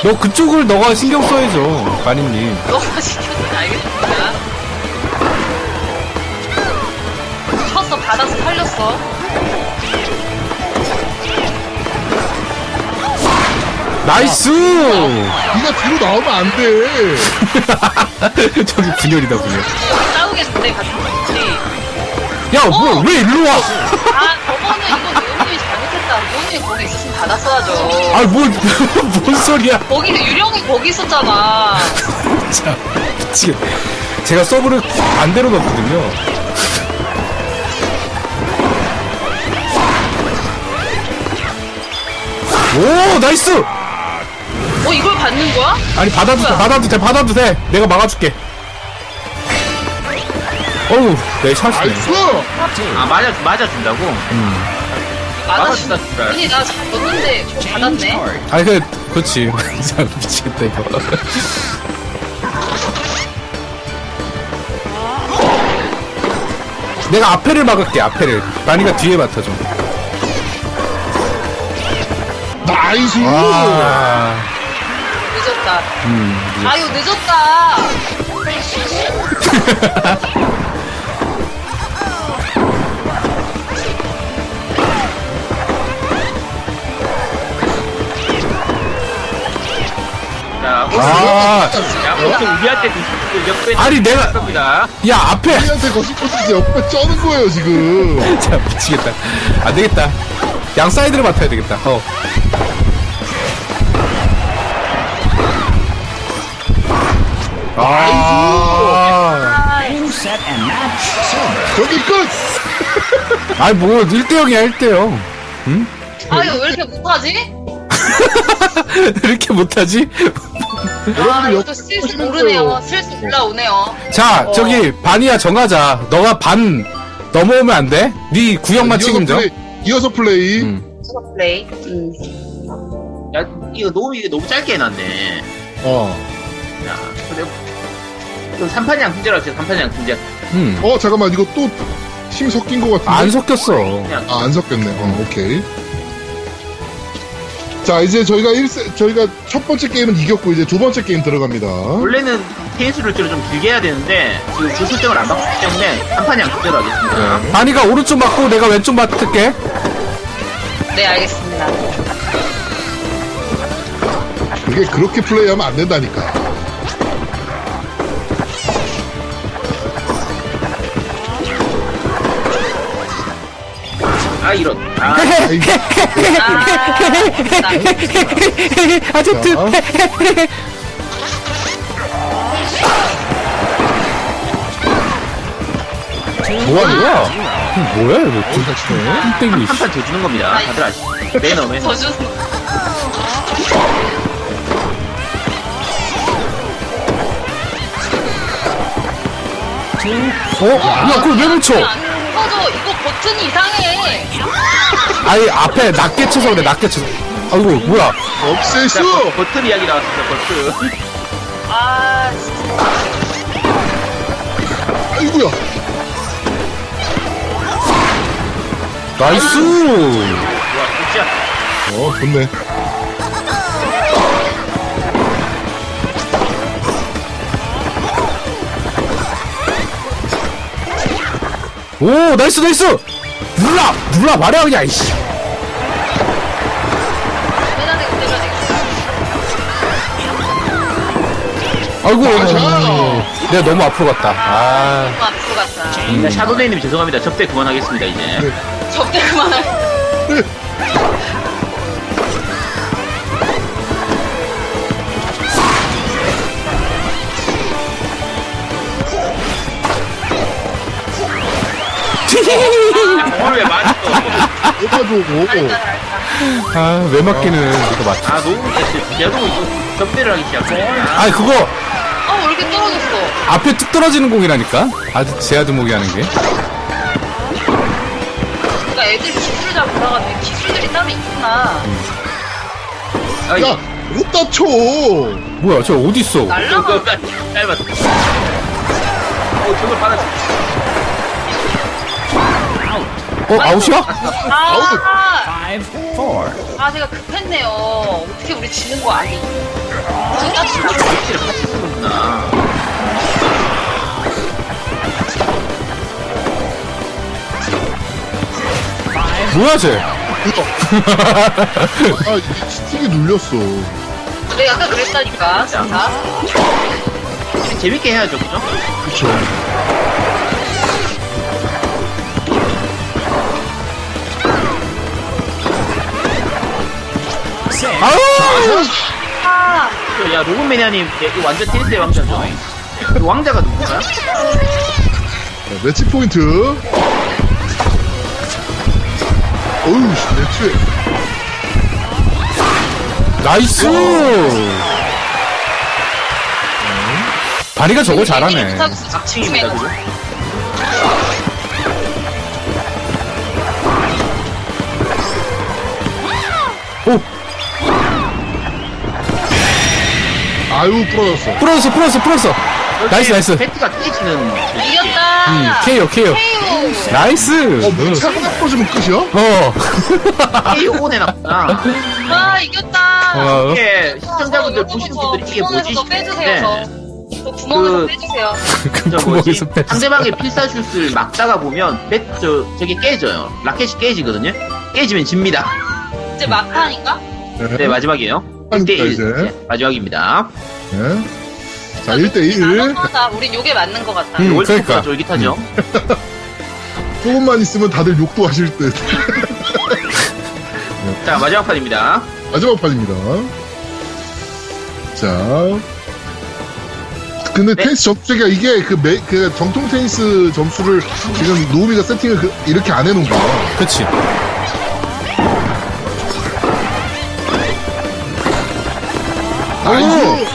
너 그쪽을 너가 신경 써야죠. 마님님. 너가 시켜서 알겠습니다. 쳤어, 받아서 살렸어. 나이스! 니가 뒤로 나오면 안 돼. *laughs* 저기 분열이다, 분열. 여기 싸우겠는데, 같은 거지. 야, 뭐 왜 일로 와? 아, 저거는 이거 내용이 잘못했다. 내용이 거기 있었으면 받았어야죠. 아, 뭐, *laughs* 뭔 소리야? 거기 유령이 거기 있었잖아. 참, 미치겠다. 제가 서브를 반대로 넣거든요. 오, 나이스! 어, 이걸 받는 거야? 아니, 받아도 돼, 받아도 돼, 받아도 돼. 내가 막아줄게. 어우, 내 샷이네. 음. 아, 맞아, 맞아준다고? 맞았어. 받았다, 진짜. 아니, 나 줬는데 저거 받았네. 아니, 그, 그렇지. *laughs* 진짜 미치겠다, 이거. 내가 앞에를 막을게, 앞에를. 마니가 뒤에 맡아줘. 나이스! 아. 늦었다. 음, 아유, 늦었다. 자, 혹시, 아, 야, 혹시 우리한테 그 드시는 역배 아니, 내가- 겁니다. 야, 앞에! *laughs* 우리한테 거짓거리지 옆에 쩌는 거예요, 지금. 자, 미치겠다. 안 되겠다. 양 사이드를 맡아야 되겠다. 어. 아, 저기 끝! 아니, 뭐, 1대0이야, 1대0. 아유, 왜 이렇게 못하지? *laughs* 이렇게 못하지? 아, 여러분들 이것도 옆에 슬슬 보시는 모르네요. 거예요. 슬슬 올라오네요. 자, 어. 저기, 반이야, 정하자. 너가 반 넘어오면 안 돼? 네 구역만 이어서 책임져. 플레이, 이어서 플레이. 음. 수석 플레이. 음. 야, 이거 너무, 이게 너무 짧게 해놨네. 어. 야, 근데, 그럼 3판이 양품제로 합시다, 3판이 양품제. 음. 어, 잠깐만, 이거 또 힘 섞인 것 같은데. 안 섞였어. 그냥, 아, 안 섞였네. 어, 오케이. 자, 이제 저희가 1세, 저희가 첫 번째 게임은 이겼고, 이제 두 번째 게임 들어갑니다. 원래는 테니스를 줄좀 길게 해야 되는데, 지금 그 설정을 안 바꿨기 때문에, 3판이 양품제로 하겠습니다. 반이가 오른쪽 맞고 내가 왼쪽 맡을게. 네, *laughs* 알겠습니다. 그게 그렇게 플레이하면 안 된다니까. 아, 이런. *laughs* 아, 아이고, 아, *laughs* 나- 아제트. 뭐하니? 뭐야? 뭐야 이거? 둘다 땡땡이. 한 판 더 주는 겁니다. 다들 *laughs* 아시죠? 네, 매너, 네, 매너. 더 주세요. 어? 야 그걸 왜 묻혀? 안 꺼져. 이거 버튼이 이상해. 아니 앞에 낮게 쳐서 그래 낮게 쳐서. 아이고 뭐야? 없애쇼! 자, 버- 버튼 이야기 나왔습니다, 버튼. *laughs* 아, 진짜. 아이고야! 나이스. 와, 진짜. 어, 좋네. 오 나이스 나이스. 눌러 눌러 말해 그냥 이씨. 내가 되고 내가 되고. 아이고. 맞아. 내가 너무 앞으로 갔다. 아. 너무 앞으로 갔다. 음. 샤도네이님 죄송합니다. 접대 그만하겠습니다, 네. 이제. 접대 네. 그만할. 아. *laughs* 뭘왜 맞았어? 뽑아주고. 아왜 맡기는 이거 맞. 아, 너무 됐어. 여러분, 이거 접대를 하기 시작했구나. 아 그거 어, 왜 이렇게 떨어졌어? 앞에 뚝 떨어지는 공이라니까. 아주 제아두목이 하는 게. 그러니까 애들 기술 잘 몰라가지고 기술들이 따로 있구나. 음. 아, 야! 이거. 웃다 쳐! 뭐야 저 어디 있어? 날라가. 그거 짧- 짧았어. 어, 저걸 받았어. 어 아웃이야? 아, 아, 제가 급했네요. 어떻게 우리 지는 거 아니? 접대를 같이 쓰는구나. 뭐야 쟤? 아, 이 스틱이 눌렸어. 내가 아까 그랬다니까, 진짜. 재밌게 해야죠, 그죠? 그쵸. 아, 야, 로그매니아님, 네, 이거 완전 테니스의 왕자죠? 그 왕자가 누구야? 네, 매치 포인트. 어우, 매치. 나이스! 바리가 저걸 잘하네. 닥칭입니다, 지금. 아유, 부러졌어. 풀었어, 풀었어, 풀었어. 나이스, 나이스. 배트가 깨지는. 이겼다. 음, KO, KO. 헤이오. 나이스! 어, 매치 하나 부러지면 끝이야? 어. KO 내놨구나. 아, 이겼다. 어. 이렇게 시청자분들, 보시는 분들이 이게 뭐지? 네. 저 빼주세요, 싶은데, 저. 저 구멍에서 그- 빼주세요. 그 저 뭐지? 구멍에서 뺐어. 상대방의 필사슛을 막다가 보면, 배, 저, 저게 깨져요. 라켓이 깨지거든요? 깨지면 집니다. 이제 막판인가? 네, 음. 마지막이에요. 그러니까 1대1. 네, 이제. 마지막입니다. 음, 네. 자, 1대1. 나눠서 우린 요게 맞는 것 같다. 음, 월드컵보다 그러니까. 쫄깃하죠? 조금만 있으면 다들 욕도 하실 듯. *laughs* 자, 마지막 판입니다. 마지막 판입니다. 자. 근데 네. 테니스 점수가 이게 그, 매, 그 정통 테니스 점수를 지금 노우미가 세팅을 그- 이렇게 안 해놓은 거야. 그치. 나이스!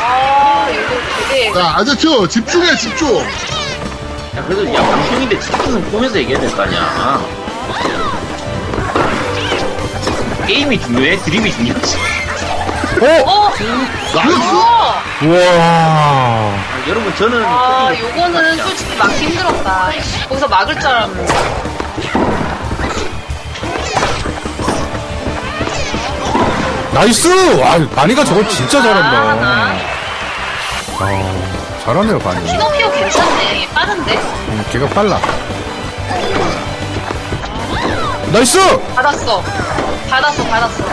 아, 이거 되게. 자, 아저씨요, 집중해, 집중! 야, 그래도 야, 방송인데 치킨은 보면서 얘기해야 될 거 아니야. 게임이 중요해? 드림이 중요하지? 어? 어! 나이스! 어! 우와. 아, 여러분, 저는. 아, 코딩을 요거는 진짜 솔직히 막기 힘들었다. 거기서 막을 줄 알았는데. 나이스! 와, 바리가 저걸 진짜 아, 잘한다. 하나. 아, 잘하네요, 바리. 키노피오 괜찮네. 이게 빠른데? 음, 걔가 빨라. 나이스! 받았어. 받았어, 받았어.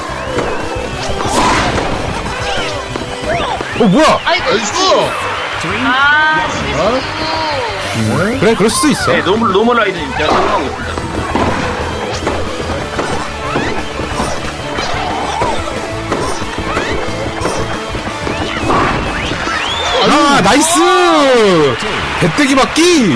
어, 뭐야? 아이고. 나이스! 아, 실수. 네. 그래, 그럴 수도 있어. 네, 노멀, 노멀라이드님 제가 성공하고 있습니다. 아, 나이스! 배때기 받기!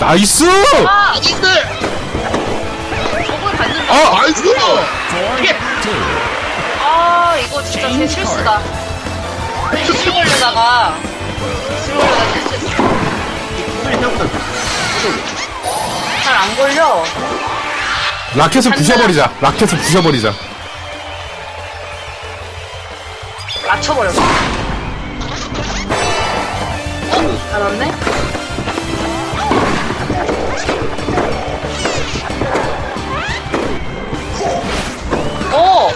나이스! 아, 이들. 저걸 봤는데. 아, 나이스! 아, 이거 진짜 제 실수다. 술 걸려다가. 술 걸려다가 실수했어. 오늘 생각보다 잘안 걸려. 라켓을 부셔버리자. 라켓을 부셔버리자. 맞춰버렸어. 어? 알았네? 오!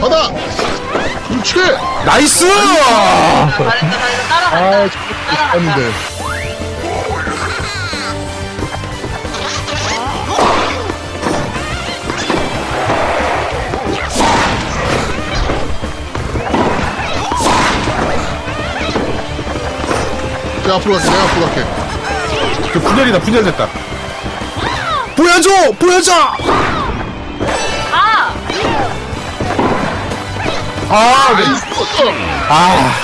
받아! 그렇지! 나이스! 잘했다, 잘했다. 아, 따라간다. 따라간다. 잘했는데. 내가 앞으로 갈게, 내가 앞으로 갈게. 저 분열이다, 분열됐다. 보여줘! 보여줘! 아! 아, 네. 나이스! 어. 아,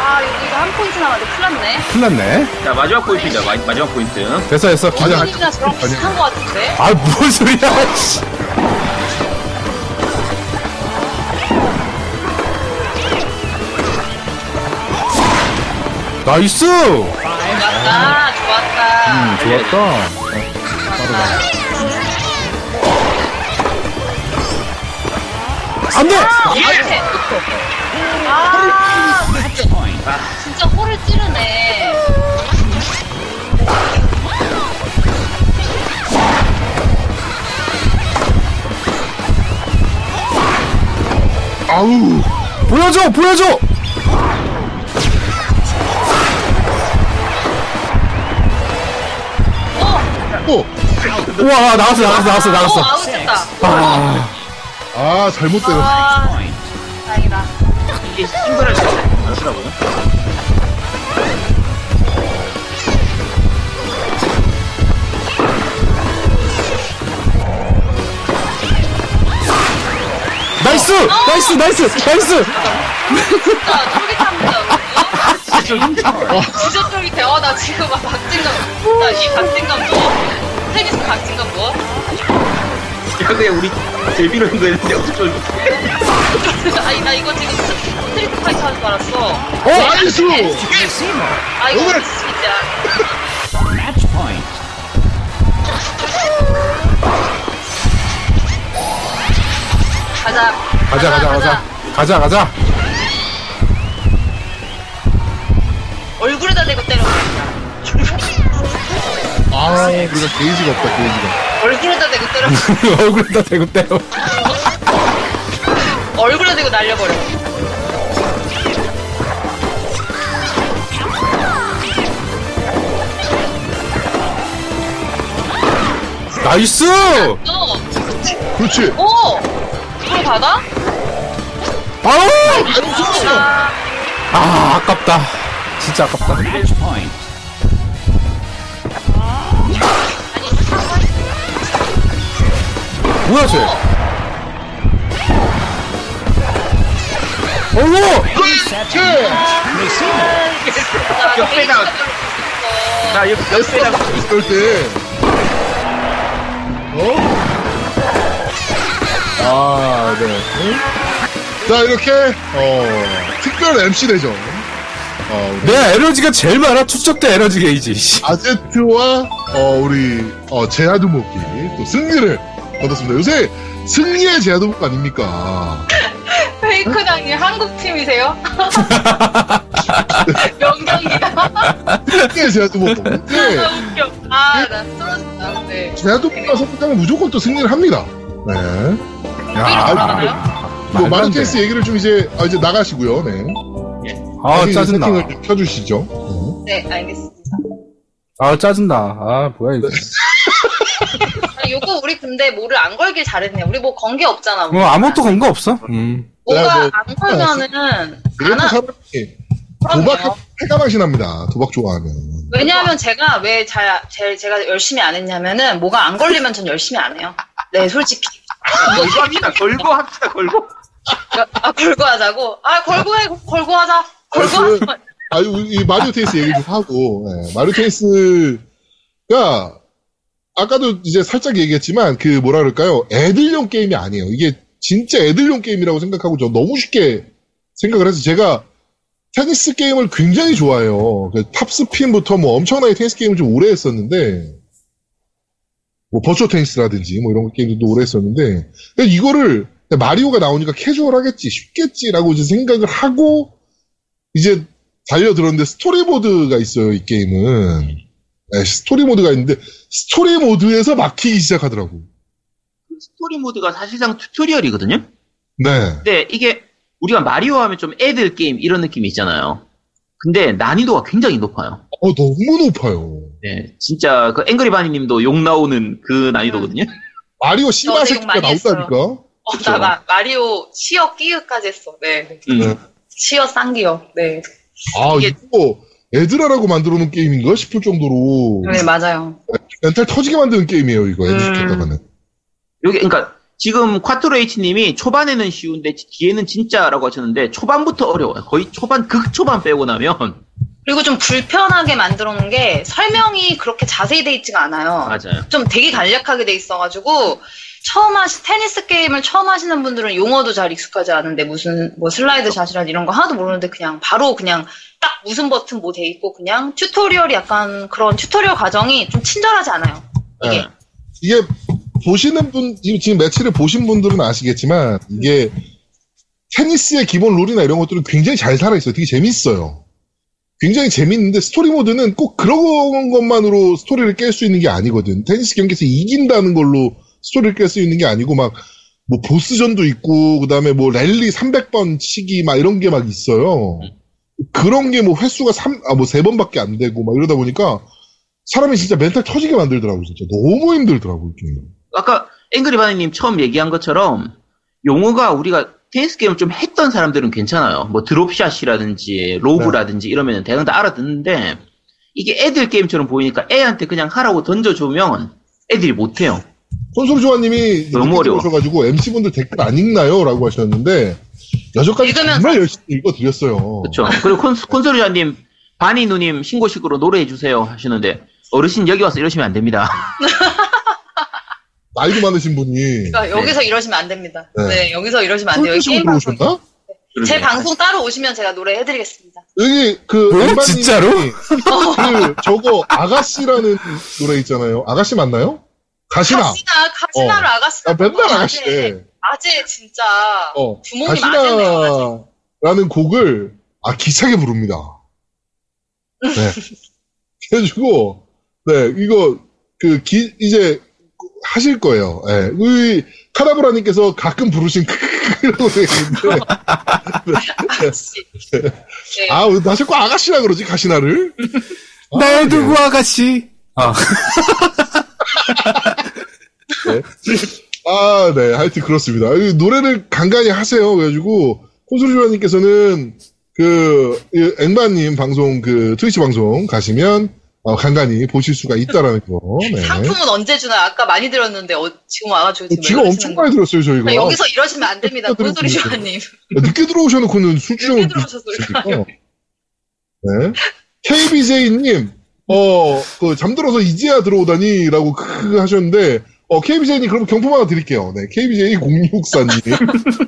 아, 이거, 이거 한 포인트 남았는데 큰일 났네. 큰일 났네. 자, 마지막 포인트입니다. 마, 마지막 포인트. 됐어, 됐어. 기자. 이나 저랑 비슷한 거 같은데? 아, 뭔 소리야, 씨. 나이스! 음. 좋았다, 좋았다. 음. 좋았다. 안 돼! 이렇게. 아, 진짜 호를 찌르네. 아우! 보여줘! 보여줘! 어! 우와, 나갔어, 나갔어, 나갔어, 어, 나갔어. 아웃됐다. 아, 아, 잘못 때렸어. 아, 다행이다. 이게 싱글할 수 있어요. 단수라고요? 나이스! 나이스! 나이스! 나이스! 진짜 쫄깃합니다. 진짜 쫄깃해. 어, 나 지금 막 박진감. 나이 박진감 뭐? 테니스 박진감 뭐? 야, 그냥 우리 데뷔로 한 거였는데 어쩔 줄 *laughs* 아니, 나 이거 지금 스트리트 파이터 하는 줄 알았어. 어, 나이스! 아, 이거 진짜. 가자. 가자, 가자, 가자. 가자, *laughs* 가자. 얼굴에다 대고 때려. 아, 우리가 게이지가 없다, 게이지가. 얼굴에다 대고 때려. 얼굴에다 대고 때려. 얼굴에 대고 날려버려. 나이스! 너, 그렇지. 어, 오! 이걸 받아? 아우! 아, 아, 아깝다. 진짜 아깝다. 뭐야, 쟤? 어우! 나 옆에다. 나 옆, 옆에다 그럴 때. 어? 아, 네. 응? 자, 이렇게, 어, 특별 MC 대전. 어, 우리 내 에너지가 제일 많아. 축적된 에너지 게이지. 씨. 아제트와, 어, 우리, 어, 제아두목이 또 승리를 거뒀습니다. 요새 승리의 제아두목 아닙니까? 페이크 당이 한국 팀이세요? *laughs* 명경이다. 승리의 제아두목. 네. 아, *laughs* 웃겨. 아, 나 쓰러졌다. 네. 제아두목과 성장은 무조건 또 승리를 합니다. 네. 위로 아이고. 가나요? 뭐, 말도 안 돼. 마르케스 얘기를 좀 이제, 아, 이제 나가시고요. 네. 아, 다시 짜증나. 세팅을 켜주시죠. 네. 네, 알겠습니다. 아, 짜증나. 아, 뭐야, 네. 이거. 아니, 요거 우리 근데 뭐를 안 걸길 잘했네. 우리 뭐 건 게 없잖아. 우리. 뭐, 아무것도 건 거 없어. 음. 야, 뭐가 뭐, 안 걸면은 안 그래도 하... 사람이 그럼요. 도박 해가망신 합니다. 도박 좋아하면. 왜냐하면 제가 왜 자, 제, 제가 열심히 안 했냐면은 뭐가 안 걸리면 전 열심히 안 해요. 네, 솔직히. 걸고 뭐 합시다. 걸고 합시다. 걸고. 아, 걸고 하자고? 아, 걸고 해, 걸고 하자. 걸고 그- 하자. 아유, 이 마리오 테니스 얘기 좀 하고, 예, 마리오 테니스가, 아까도 이제 살짝 얘기했지만, 그 뭐라 그럴까요? 애들용 게임이 아니에요. 이게 진짜 애들용 게임이라고 생각하고, 저 너무 쉽게 생각을 해서 제가 테니스 게임을 굉장히 좋아해요. 그 탑스핀부터 뭐 엄청나게 테니스 게임을 좀 오래 했었는데, 뭐 버추어 테니스라든지 뭐 이런 게임도 오래 했었는데, 근데 이거를 그냥 마리오가 나오니까 캐주얼하겠지, 쉽겠지라고 이제 생각을 하고, 이제 달려들었는데 스토리보드가 있어요, 이 게임은. 네, 스토리모드가 있는데, 스토리모드에서 막히기 시작하더라고. 스토리 모드가 사실상 튜토리얼이거든요? 네. 근데 이게 우리가 마리오 하면 좀 애들 게임 이런 느낌이 있잖아요. 근데 난이도가 굉장히 높아요. 어, 너무 높아요. 네, 진짜 그 앵그리 바니 님도 욕 나오는 그 난이도거든요. 마리오 어, 씨발 내용 새끼가 많이 나온다니까? 어, 나 마, 마리오 치어 끼어까지 했어. 네. 네. 음. 치어 쌍기어. 네. 아, 이게- 이거 애들아라고 만들어 놓은 게임인가 싶을 정도로 네, 맞아요. 멘탈 터지게 만드는 게임이에요, 이거. 애들 음. 시켰다가는. 여기 그러니까 지금 콰트로 H 님이 초반에는 쉬운데 뒤에는 진짜라고 하셨는데 초반부터 어려워요. 거의 초반 극초반 빼고 나면 그리고 좀 불편하게 만들어 놓은 게 설명이 그렇게 자세히 돼 있지가 않아요. 맞아요. 좀 되게 간략하게 돼 있어가지고 처음 하시 테니스 게임을 처음 하시는 분들은 용어도 잘 익숙하지 않은데 무슨 뭐 슬라이드 샷이라 이런 거 하나도 모르는데 그냥 바로 그냥 딱 무슨 버튼 뭐 돼 있고 그냥 튜토리얼이 약간 그런 튜토리얼 과정이 좀 친절하지 않아요. 이게 네. 이게 보시는 분, 이- 지금 매치를 보신 분들은 아시겠지만, 이게 테니스의 기본 룰이나 이런 것들은 굉장히 잘 살아있어요. 되게 재밌어요. 굉장히 재밌는데 스토리 모드는 꼭 그런 것만으로 스토리를 깰 수 있는 게 아니거든. 테니스 경기에서 이긴다는 걸로 스토리를 깰 수 있는 게 아니고 막 뭐 보스전도 있고 그다음에 뭐 랠리 300번 치기 막 이런 게 막 있어요. 그런 게 뭐 횟수가 3, 아, 뭐 3번밖에 안 되고 막 이러다 보니까 사람이 진짜 멘탈 터지게 만들더라고, 진짜. 너무 힘들더라고, 이 게임. 아까 앵그리 바니 님 처음 얘기한 것처럼 용어가 우리가 테니스 게임 좀 했던 사람들은 괜찮아요. 뭐 드롭샷이라든지 네. 로브라든지 이러면 대강 다 알아듣는데 이게 애들 게임처럼 보이니까 애한테 그냥 하라고 던져주면 애들이 못해요. 콘솔 조아님이 너무 댓글 어려워. 오셔가지고 MC 분들 댓글 안 읽나요? 라고 하셨는데 여전까지 읽으면서- 정말 열심히 읽어드렸어요. 그렇죠. 그리고 콘, 콘솔리자님 바니 누님 신고식으로 노래해 주세요 하시는데 어르신 여기 와서 이러시면 안 됩니다. 나이도 많으신 분이 그러니까 여기서 이러시면 안 됩니다. 네. 네, 여기서 이러시면 안 돼요. 술 드시고 게임 방송. 들어오셨나? 제 방송 따로 오시면 제가 노래 해드리겠습니다. 여기 그 뭐? 엠바님이 진짜로? 그 저거 아가씨라는 노래 있잖아요. 아가씨 맞나요? 가시나. 가시나, 가시나를 아가씨. 아 맨날 네. 아가씨래. 아재 진짜. 어 부모님 아재네요. 아재. 가시나라는 곡을 아 기차게 부릅니다. 네. *laughs* 그래가지고 네 이거 그 기, 이제 하실 거예요. 예. 우리 카라브라님께서 가끔 부르신 *laughs* 그런 노래인데 아가씨. 네. 아 다시 꼭 아가씨라 그러지 가시나를? 날 두고 아가씨. 아, 아, 네. 하여튼 그렇습니다. 이 노래를 간간히 하세요. 그래가지고, 콘솔주라님께서는, 그, 이 앵바님 방송, 그, 트위치 방송 가시면, 어, 간간히 보실 수가 있다라는 거. 네. 상품은 언제 주나? 아까 많이 들었는데 어, 지금 와가지고 지금 왜 지금 이러시는 엄청 많이 들었어요, 네. 저희가. 거예요? 네, 여기서 이러시면 안 됩니다. 들었어요. 뭔 소리죠, 아님? 늦게 들어오셔놓고는 수주정을 늦게 들어오셔서 그러니까. 드시니까. 네. KBJ님, 어, 그, 잠들어서 이제야 들어오다니, 라고 크크 하셨는데, 어, KBJ님, 그럼 경품 하나 드릴게요. 네, *laughs* KBJ064님.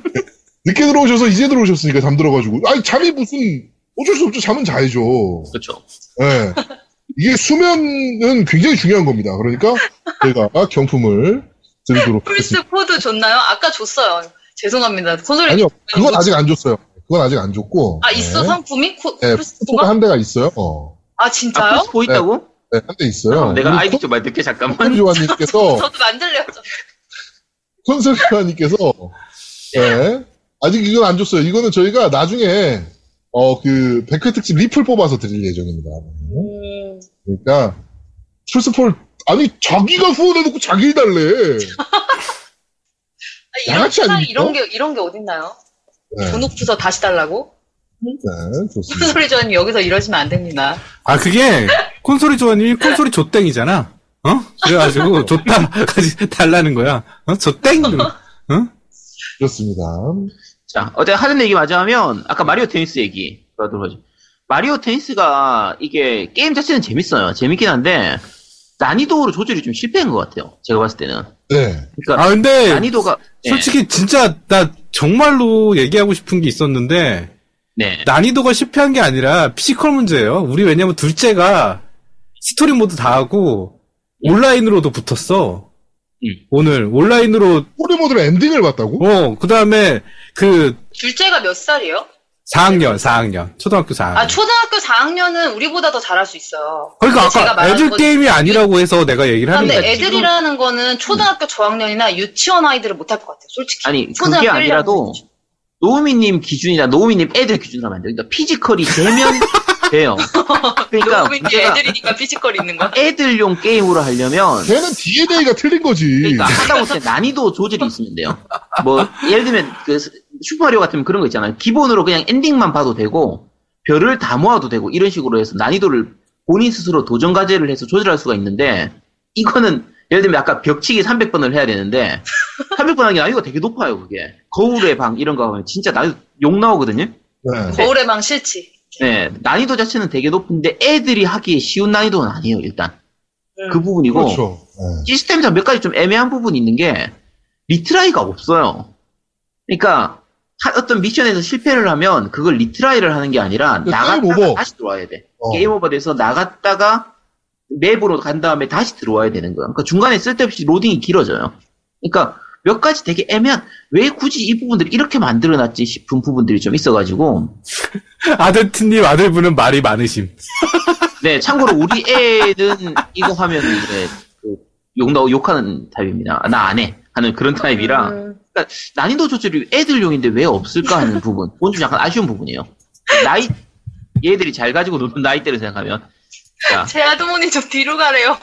늦게 들어오셔서 이제 들어오셨으니까 잠들어가지고. 아니, 잠이 무슨, 어쩔 수 없죠. 잠은 자야죠. 그렇죠. 네. 이게 수면은 굉장히 중요한 겁니다. 그러니까, 저희가 경품을 *laughs* 드리도록 하겠습니다. 플스 코드 줬나요? 아까 줬어요. 죄송합니다. 콘솔이 아니요, 그건 아직 안 줬어요. 그건 아직 안 줬고. 아 있어 네. 상품이 코, 네, 플스 포토가 코가? 한 대가 있어요. 어. 아 아, 진짜요? 플스 보있다고 네, 한 대 있어요. 내가 *laughs* 아이디 좀 말듣게 잠깐만. *laughs* 조아님께서 저도 만들래요. 저. 어. 손설 조아님께서 네, 아직 이건 안 줬어요. 이거는 저희가 나중에 어그 백회 특집 리플 뽑아서 드릴 예정입니다. 음, 그러니까 출스폴 아니 자기가 후원해놓고 자기 달래. 아, 이런 양아치 세상에 아닙니까? 이런 게 이런 게 어딨나요? *laughs* 네, 돈 없어서 다시 달라고? 네, 좋습니다. 콘솔이 전 여기서 이러시면 안 됩니다. 아 그게 콘솔이 조아님이 콘솔이 조땡이잖아. 어? 그래가지고 *laughs* 좋다까지 달라는 거야. 어? 조땡. 좋습니다. 자, 어제 하는 얘기 마저 하면 아까 마리오 테니스 얘기 하도록 하죠. 마리오 테니스가 이게 게임 자체는 재밌어요. 재밌긴 한데 난이도로 조절이 좀 실패한 것 같아요. 제가 봤을 때는. 네, 그러니까 아 근데 난이도가 네, 솔직히 진짜 나 정말로 얘기하고 싶은 게 있었는데 네. 난이도가 실패한 게 아니라 피지컬 문제예요. 우리 왜냐면 둘째가 스토리 모드 다 하고 온라인으로도 붙었어. 예. 음. 오늘 온라인으로 포리모델 엔딩을 봤다고? 어 그다음에 그 둘째가 몇 살이에요? 4학년 4학년 초등학교 4학년. 네. 아 초등학교 4학년은 우리보다 더 잘할 수 있어요. 그러니까 근데 제가 아까 말한 애들 건- 게임이 아니라고 해서 내가 얘기를 하는 그러니까 근데 거지. 애들이라는 거는 초등학교 저학년이나 유치원 아이들은 못할 것 같아요. 솔직히. 아니 그게 초등학교 아니라도 1학년. 노우미님 기준이나 노우미님 애들 기준으로 하면 안 돼요. 그러니까 피지컬이 되면 돼요. 그러니까 그러고 이제 문제가 애들이니까 피지컬이 *laughs* 있는 거야. 애들용 게임으로 하려면 걔는 DNA가 틀린 거지. 그러니까 하다못해 난이도 조절이 있으면 돼요. 뭐 예를 들면 그 슈퍼마리오 같으면 그런 거 있잖아요. 기본으로 그냥 엔딩만 봐도 되고 별을 다 모아도 되고 이런 식으로 해서 난이도를 본인 스스로 도전 과제를 해서 조절할 수가 있는데 이거는 예를 들면 아까 벽치기 300번을 해야 되는데 300번 하는 게 난이도가 되게 높아요 그게 거울의 방 이런 거 하면 진짜 난이도 욕 나오거든요. 네. 거울의 방 싫지. 네 난이도 자체는 되게 높은데 애들이 하기 쉬운 난이도는 아니에요 일단 음. 그 부분이고 그렇죠. 네. 시스템상 몇 가지 좀 애매한 부분이 있는 게 리트라이가 없어요. 그러니까 하- 어떤 미션에서 실패를 하면 그걸 리트라이를 하는 게 아니라 그 나갔다가 게임 오버. 다시 들어와야 돼. 어. 게임 오버 돼서 나갔다가 맵으로 간 다음에 다시 들어와야 되는 거야. 그러니까 중간에 쓸데없이 로딩이 길어져요. 그러니까 몇 가지 되게 애매한 왜 굳이 이 부분들을 이렇게 만들어놨지 싶은 부분들이 좀 있어가지고 아들트님 아들분은 말이 많으심. 네, 참고로 우리 애는 이거 하면 이제 그욕 나고 욕하는 타입입니다. 나 안 해. 하는 그런 타입이라. 그러니까 난이도 조절이 애들용인데 왜 없을까 하는 부분. 그건 좀 약간 아쉬운 부분이에요. 나이 얘들이 잘 가지고 노는 나이대를 생각하면 자, 제 아드머니 좀 뒤로 가래요.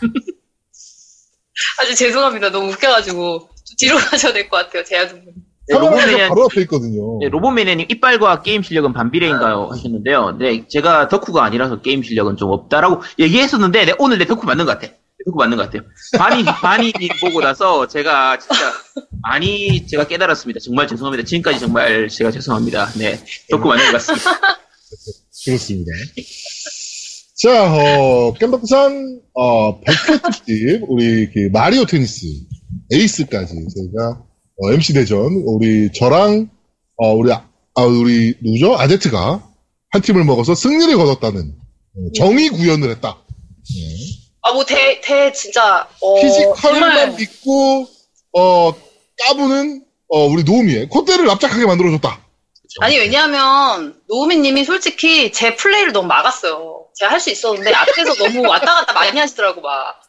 *laughs* 아주 죄송합니다. 너무 웃겨가지고 좀 뒤로 가셔야 될 것 같아요. 제 아드머니. 네, 카메라가 로봇맨- 바로 앞에 있거든요. 네, 로봇맨님 이빨과 게임 실력은 반비례인가요? 하셨는데요. 네, 제가 덕후가 아니라서 게임 실력은 좀 없다라고 얘기했었는데, 네, 오늘 내 덕후 맞는 것 같아. 내 덕후 맞는 것 같아요. 반이, *laughs* 반이 보고 나서 제가 진짜 많이 제가 깨달았습니다. 정말 죄송합니다. 지금까지 정말 제가 죄송합니다. 네, 덕후 맞는 것 같습니다. 그렇습니다. 자, 어, 깸덕산, 어, 100회 특집, 우리 그 마리오 테니스, 에이스까지 저희가, 어, MC 대전, 우리 저랑, 어, 우리, 아, 아, 우리, 누구죠? 아제트가 한 팀을 먹어서 승리를 거뒀다는, 어, 네. 정의 구현을 했다. 아, 뭐, 대, 대, 진짜, 어, 피지컬만 정말, 믿고, 어, 까부는, 어, 우리 노미의 콧대를 납작하게 만들어줬다. 아니, 왜냐하면, 노우미님이 솔직히 제 플레이를 너무 막았어요. 제가 할 수 있었는데, 앞에서 너무 왔다 갔다 많이 하시더라고, 막.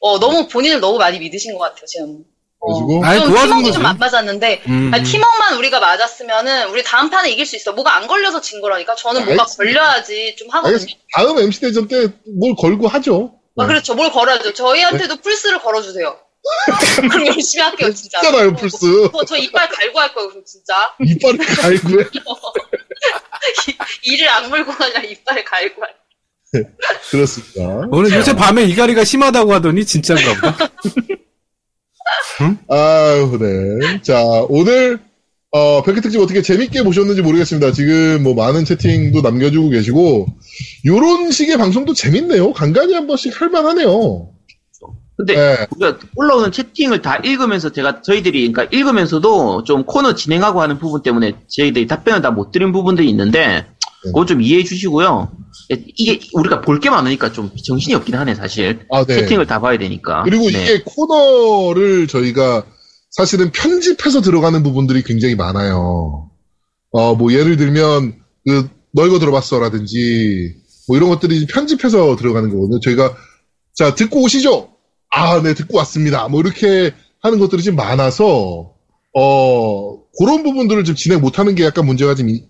어, 너무 본인을 너무 많이 믿으신 것 같아요, 지금. 어, 그래가지고, 아니, 좀 도와준 팀워크 거지. 좀안 맞았는데, 음. 아니, 팀워크만 우리가 맞았으면은, 우리 다음 판에 이길 수 있어. 뭐가 안 걸려서 진 거라니까? 저는 뭐가 알겠습니다. 걸려야지 좀 하거든요. 알겠습니다. 네. 다음 MC 대전 때 뭘 걸고 하죠. 아, 그렇죠. 뭘 걸어야죠. 네. 저희한테도 풀스를 걸어주세요. *laughs* 그럼 열심히 할게요, 진짜. 어, 있잖아요, 플스. 저, 저 이빨 갈고 할 거예요, 그럼 진짜. 이빨을 갈고요. 이, 이를 악물고 하냐, 이빨을 갈고 할 그렇습니다. 오늘 요새 밤에 이갈이가 심하다고 하더니 진짜인가 보다. 아유, 네. 자, 오늘, 어, 백회 특집 어떻게 재밌게 보셨는지 모르겠습니다. 지금 뭐 많은 채팅도 남겨주고 계시고, 요런 식의 방송도 재밌네요. 간간히 한 번씩 할만하네요. 근데 네. 우리가 그러니까 올라오는 채팅을 다 읽으면서 제가 저희들이 그러니까 읽으면서도 좀 코너 진행하고 하는 부분 때문에 저희들이 답변을 다 못 드린 부분들이 네. 있는데 그거 좀 이해해 주시고요. 이게 우리가 볼 게 많으니까 좀 정신이 없긴 하네 사실. 아, 네. 채팅을 다 봐야 되니까. 그리고 네. 이게 코너를 저희가 사실은 편집해서 들어가는 부분들이 굉장히 많아요. 어, 뭐 예를 들면, 그, 널거 들어봤어라든지, 뭐 이런 것들이 편집해서 들어가는 거거든요. 저희가, 자, 듣고 오시죠! 아, 네, 듣고 왔습니다. 뭐 이렇게 하는 것들이 좀 많아서, 어, 그런 부분들을 좀 진행 못하는 게 약간 문제가 좀 이-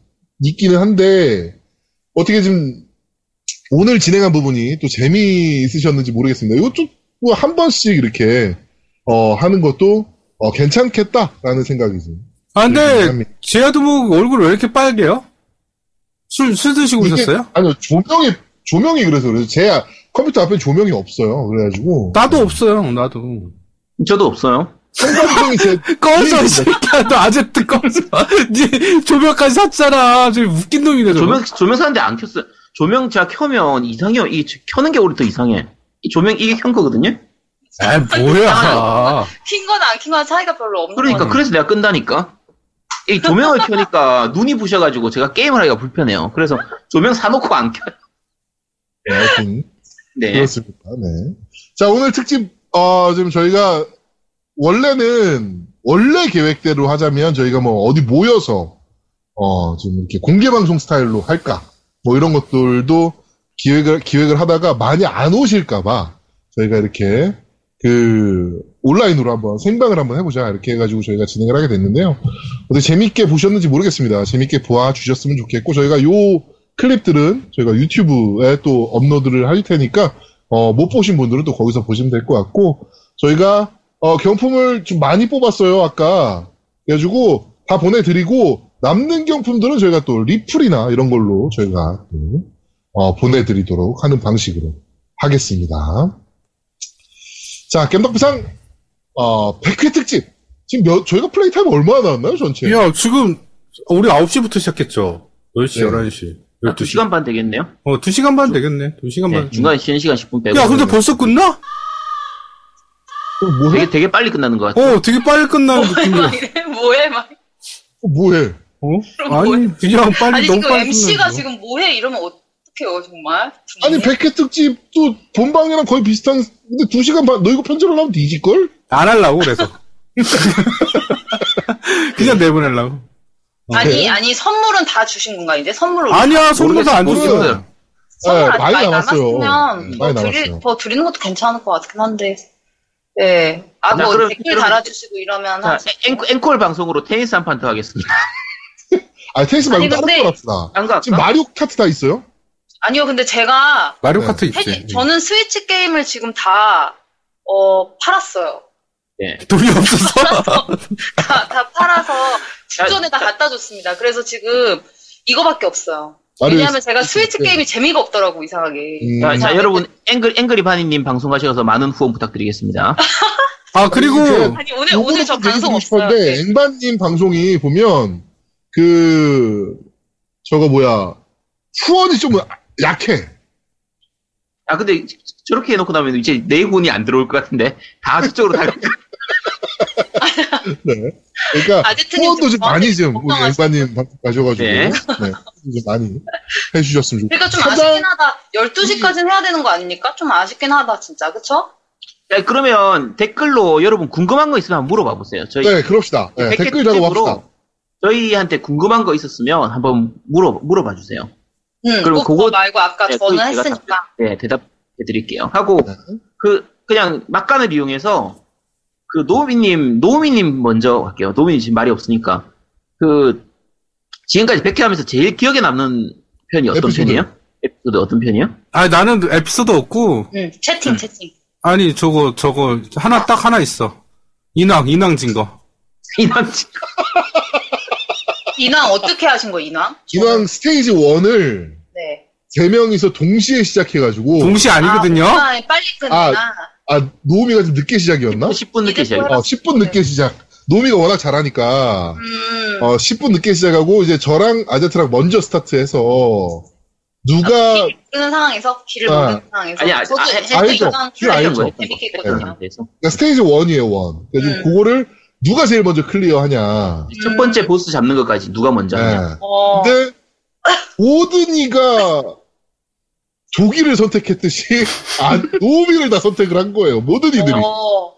있기는 한데, 어떻게 지금 오늘 진행한 부분이 또 재미있으셨는지 모르겠습니다. 이것도 뭐 한 번씩 이렇게 어, 하는 것도 어, 괜찮겠다라는 생각이 좀 아, 근데 합니다. 제아도목 얼굴 왜 이렇게 빨개요? 술, 술 드시고 이게- 오셨어요? 아니요 조명이 조명이 그래서 그래서 제 컴퓨터 앞에 조명이 없어요. 그래가지고 나도 없어요, 나도. 저도 없어요. 형광등이 *laughs* 제 꺼져, 이 새끼야. 너 아제트 꺼져. 니 조명까지 샀잖아. 저 웃긴 놈이네, 저거. 조명 조명 사는데 안 켰어요. 조명 제가 켜면 이상해요. 이 켜는 게 오히려 더 이상해. 이 조명 이게 켠 거거든요. 아, 뭐야. 킨 거나 안 킨 거나 차이가 별로 없는 거 그러니까 같아요. 그래서 내가 끈다니까. 이 조명을 켜니까 눈이 부셔가지고 제가 게임을 하기가 불편해요. 그래서 조명 사놓고 안 켜. 네, 하여튼 네. 그렇습니다. 네. 자 오늘 특집 어, 지금 저희가 원래는 원래 계획대로 하자면 저희가 뭐 어디 모여서 어, 좀 이렇게 공개 방송 스타일로 할까 뭐 이런 것들도 기획을 기획을 하다가 많이 안 오실까봐 저희가 이렇게 그 온라인으로 한번 생방을 한번 해보자 이렇게 해가지고 저희가 진행을 하게 됐는데요. 어떻게 재밌게 보셨는지 모르겠습니다. 재밌게 보아 주셨으면 좋겠고 저희가 요 클립들은 저희가 유튜브에 또 업로드를 할 테니까 어, 못 보신 분들은 또 거기서 보시면 될 것 같고 저희가 어, 경품을 좀 많이 뽑았어요 아까 그래가지고 다 보내드리고 남는 경품들은 저희가 또 리플이나 이런 걸로 저희가 또, 어, 보내드리도록 하는 방식으로 하겠습니다. 자, 겜덕비상 어, 100회 특집 지금 몇- 저희가 플레이 타임 얼마나 나왔나요 예. 전체? 야, 지금, 우리 9시부터 시작했죠. 10시, 네. 11시. 아, 12시. 2시간 반 되겠네요. 어, 2시간 반 되겠네. 2시간 네, 반. 중간에 쉬는 시간 10분 빼고. 야, 근데 벌써 끝나? 그럼 뭐해? 되게, 되게 빨리 끝나는 것 같아요. 어, 되게 빨리 끝나는 느낌이야. 그- 막 이래, 뭐해, 막. 어, 뭐해? 어? 아니, 그냥 빨리, 뭐, 아니, 너무 지금 빨리 MC가 끝나는 거야. 지금 뭐해? 이러면 어떡해요, 정말. 아니 백회 특집도 본방이랑 거의 비슷한 근데 두 시간 반 너 이거 편집을 하면 뒤질걸? 안 하려고, 그래서. *laughs* 그냥 내보내려고. 아니, 아니, 선물은 다 주신 건가, 이제? 선물을. 아니야, 선물도 모르겠어요. 안 줬어. 모르겠어요. 선물 네, 아직 많이 남았어요. 남았으면 네, 뭐 많이 드리, 남았어요. 뭐 드리는 것도 괜찮을 것 같긴 한데. 네. 아, 나 뭐 그럼- 댓글 그럼- 달아주시고 이러면 자, 하지. 앵, 앵콜 방송으로 테니스 한 판 더 하겠습니다. 아 테니스 말고 아니, 다른 근데- 아. 걸 합시다. 안 가? 지금 마리오 카트 다 있어요? 아니요, 근데 제가 마리오 네. 카트 해- 있지. 저는 스위치 게임을 지금 다 어, 팔았어요. 예. *laughs* 돈이 없어서 *laughs* 다, 다 팔아서 직전에다 갖다 줬습니다. 그래서 지금 이거밖에 없어요. 아니, 왜냐하면 제가 스위치 네. 게임이 재미가 없더라고 이상하게. 음, 자, 자, 여러분, 앵글, 앵그리 바니님 방송 가셔서 많은 후원 부탁드리겠습니다. 아 그리고 이게 아니 오늘 오늘 저 요거는 좀 얘기 방송 드리고 없어요. 예. 싶은데 앵반님 방송이 보면 그 저거 뭐야 후원이 좀 약해. 아, 근데 저렇게 해놓고 나면 이제 내 후원이 안 들어올 것 같은데. 다 저쪽으로 다. 네. 그러니까 아제트님 후원도 좀 많이 좀 우리 걱정하시- 앵반님 방송 가셔가지고 예. 네. 네. 좀 많이 해주셨으면 좋겠어요. 그러니까 좀 가장- 아쉽긴 하다. 12시까지는 해야 되는 거 아닙니까? 좀 아쉽긴 하다 진짜 그쵸? 자, 그러면 댓글로 여러분 궁금한 거 있으면 한번 물어봐 보세요. 저희 네, 그럽시다. 네, 백개 댓글 작업합시다. 특집으로 저희한테 궁금한 거 있었으면 한번 물어 물어봐 주세요. 응, 그리고 음, 그거 그거- 말고 아까 네, 저는 그거 제가 했으니까. 네, 대답해 드릴게요. 하고 네. 그 그냥 막간을 이용해서 그 노미님 노미님 먼저 할게요. 노미님 지금 말이 없으니까 그 지금까지 100회 하면서 제일 기억에 남는 편이 어떤 에피소드. 편이에요? 에피소드 어떤 편이요? *laughs* 아 나는 에피소드 없고 응, 음, 채팅 채팅. 아니 저거 저거 하나 딱 하나 있어 인왕 인왕 진거 이남 인왕 어떻게 하신 거 인왕? 기왕 스테이지 1을 네. 세 명이서 동시에 시작해가지고 동시 아니거든요 아, 인왕이 빨리 끝나. 아 노미가 좀 늦게 시작이었나? 10분 늦게 이제 시작해요. 어, 10분 늦게 시작. 노미가 워낙 잘하니까 음. 어, 10분 늦게 시작하고 이제 저랑 아제트랑 먼저 스타트해서 누가 길을 모르는 상황에서 길을 아. 모르는 상황에서 아니, 아, 저도 아, 제가 어. 알죠. 인왕 길 플레이 알죠. 재밌게 네. 했거든요. 그래서 그러니까 스테이지 1이에요 1. 그래서 음. 그거를 누가 제일 먼저 클리어하냐. 첫 음. 번째 보스 잡는 것까지 누가 먼저 하냐? 네. 어. 근데 모든이가 조기를 선택했듯이 아, 노미를 다 선택을 한 거예요. 모든 이들이. 어.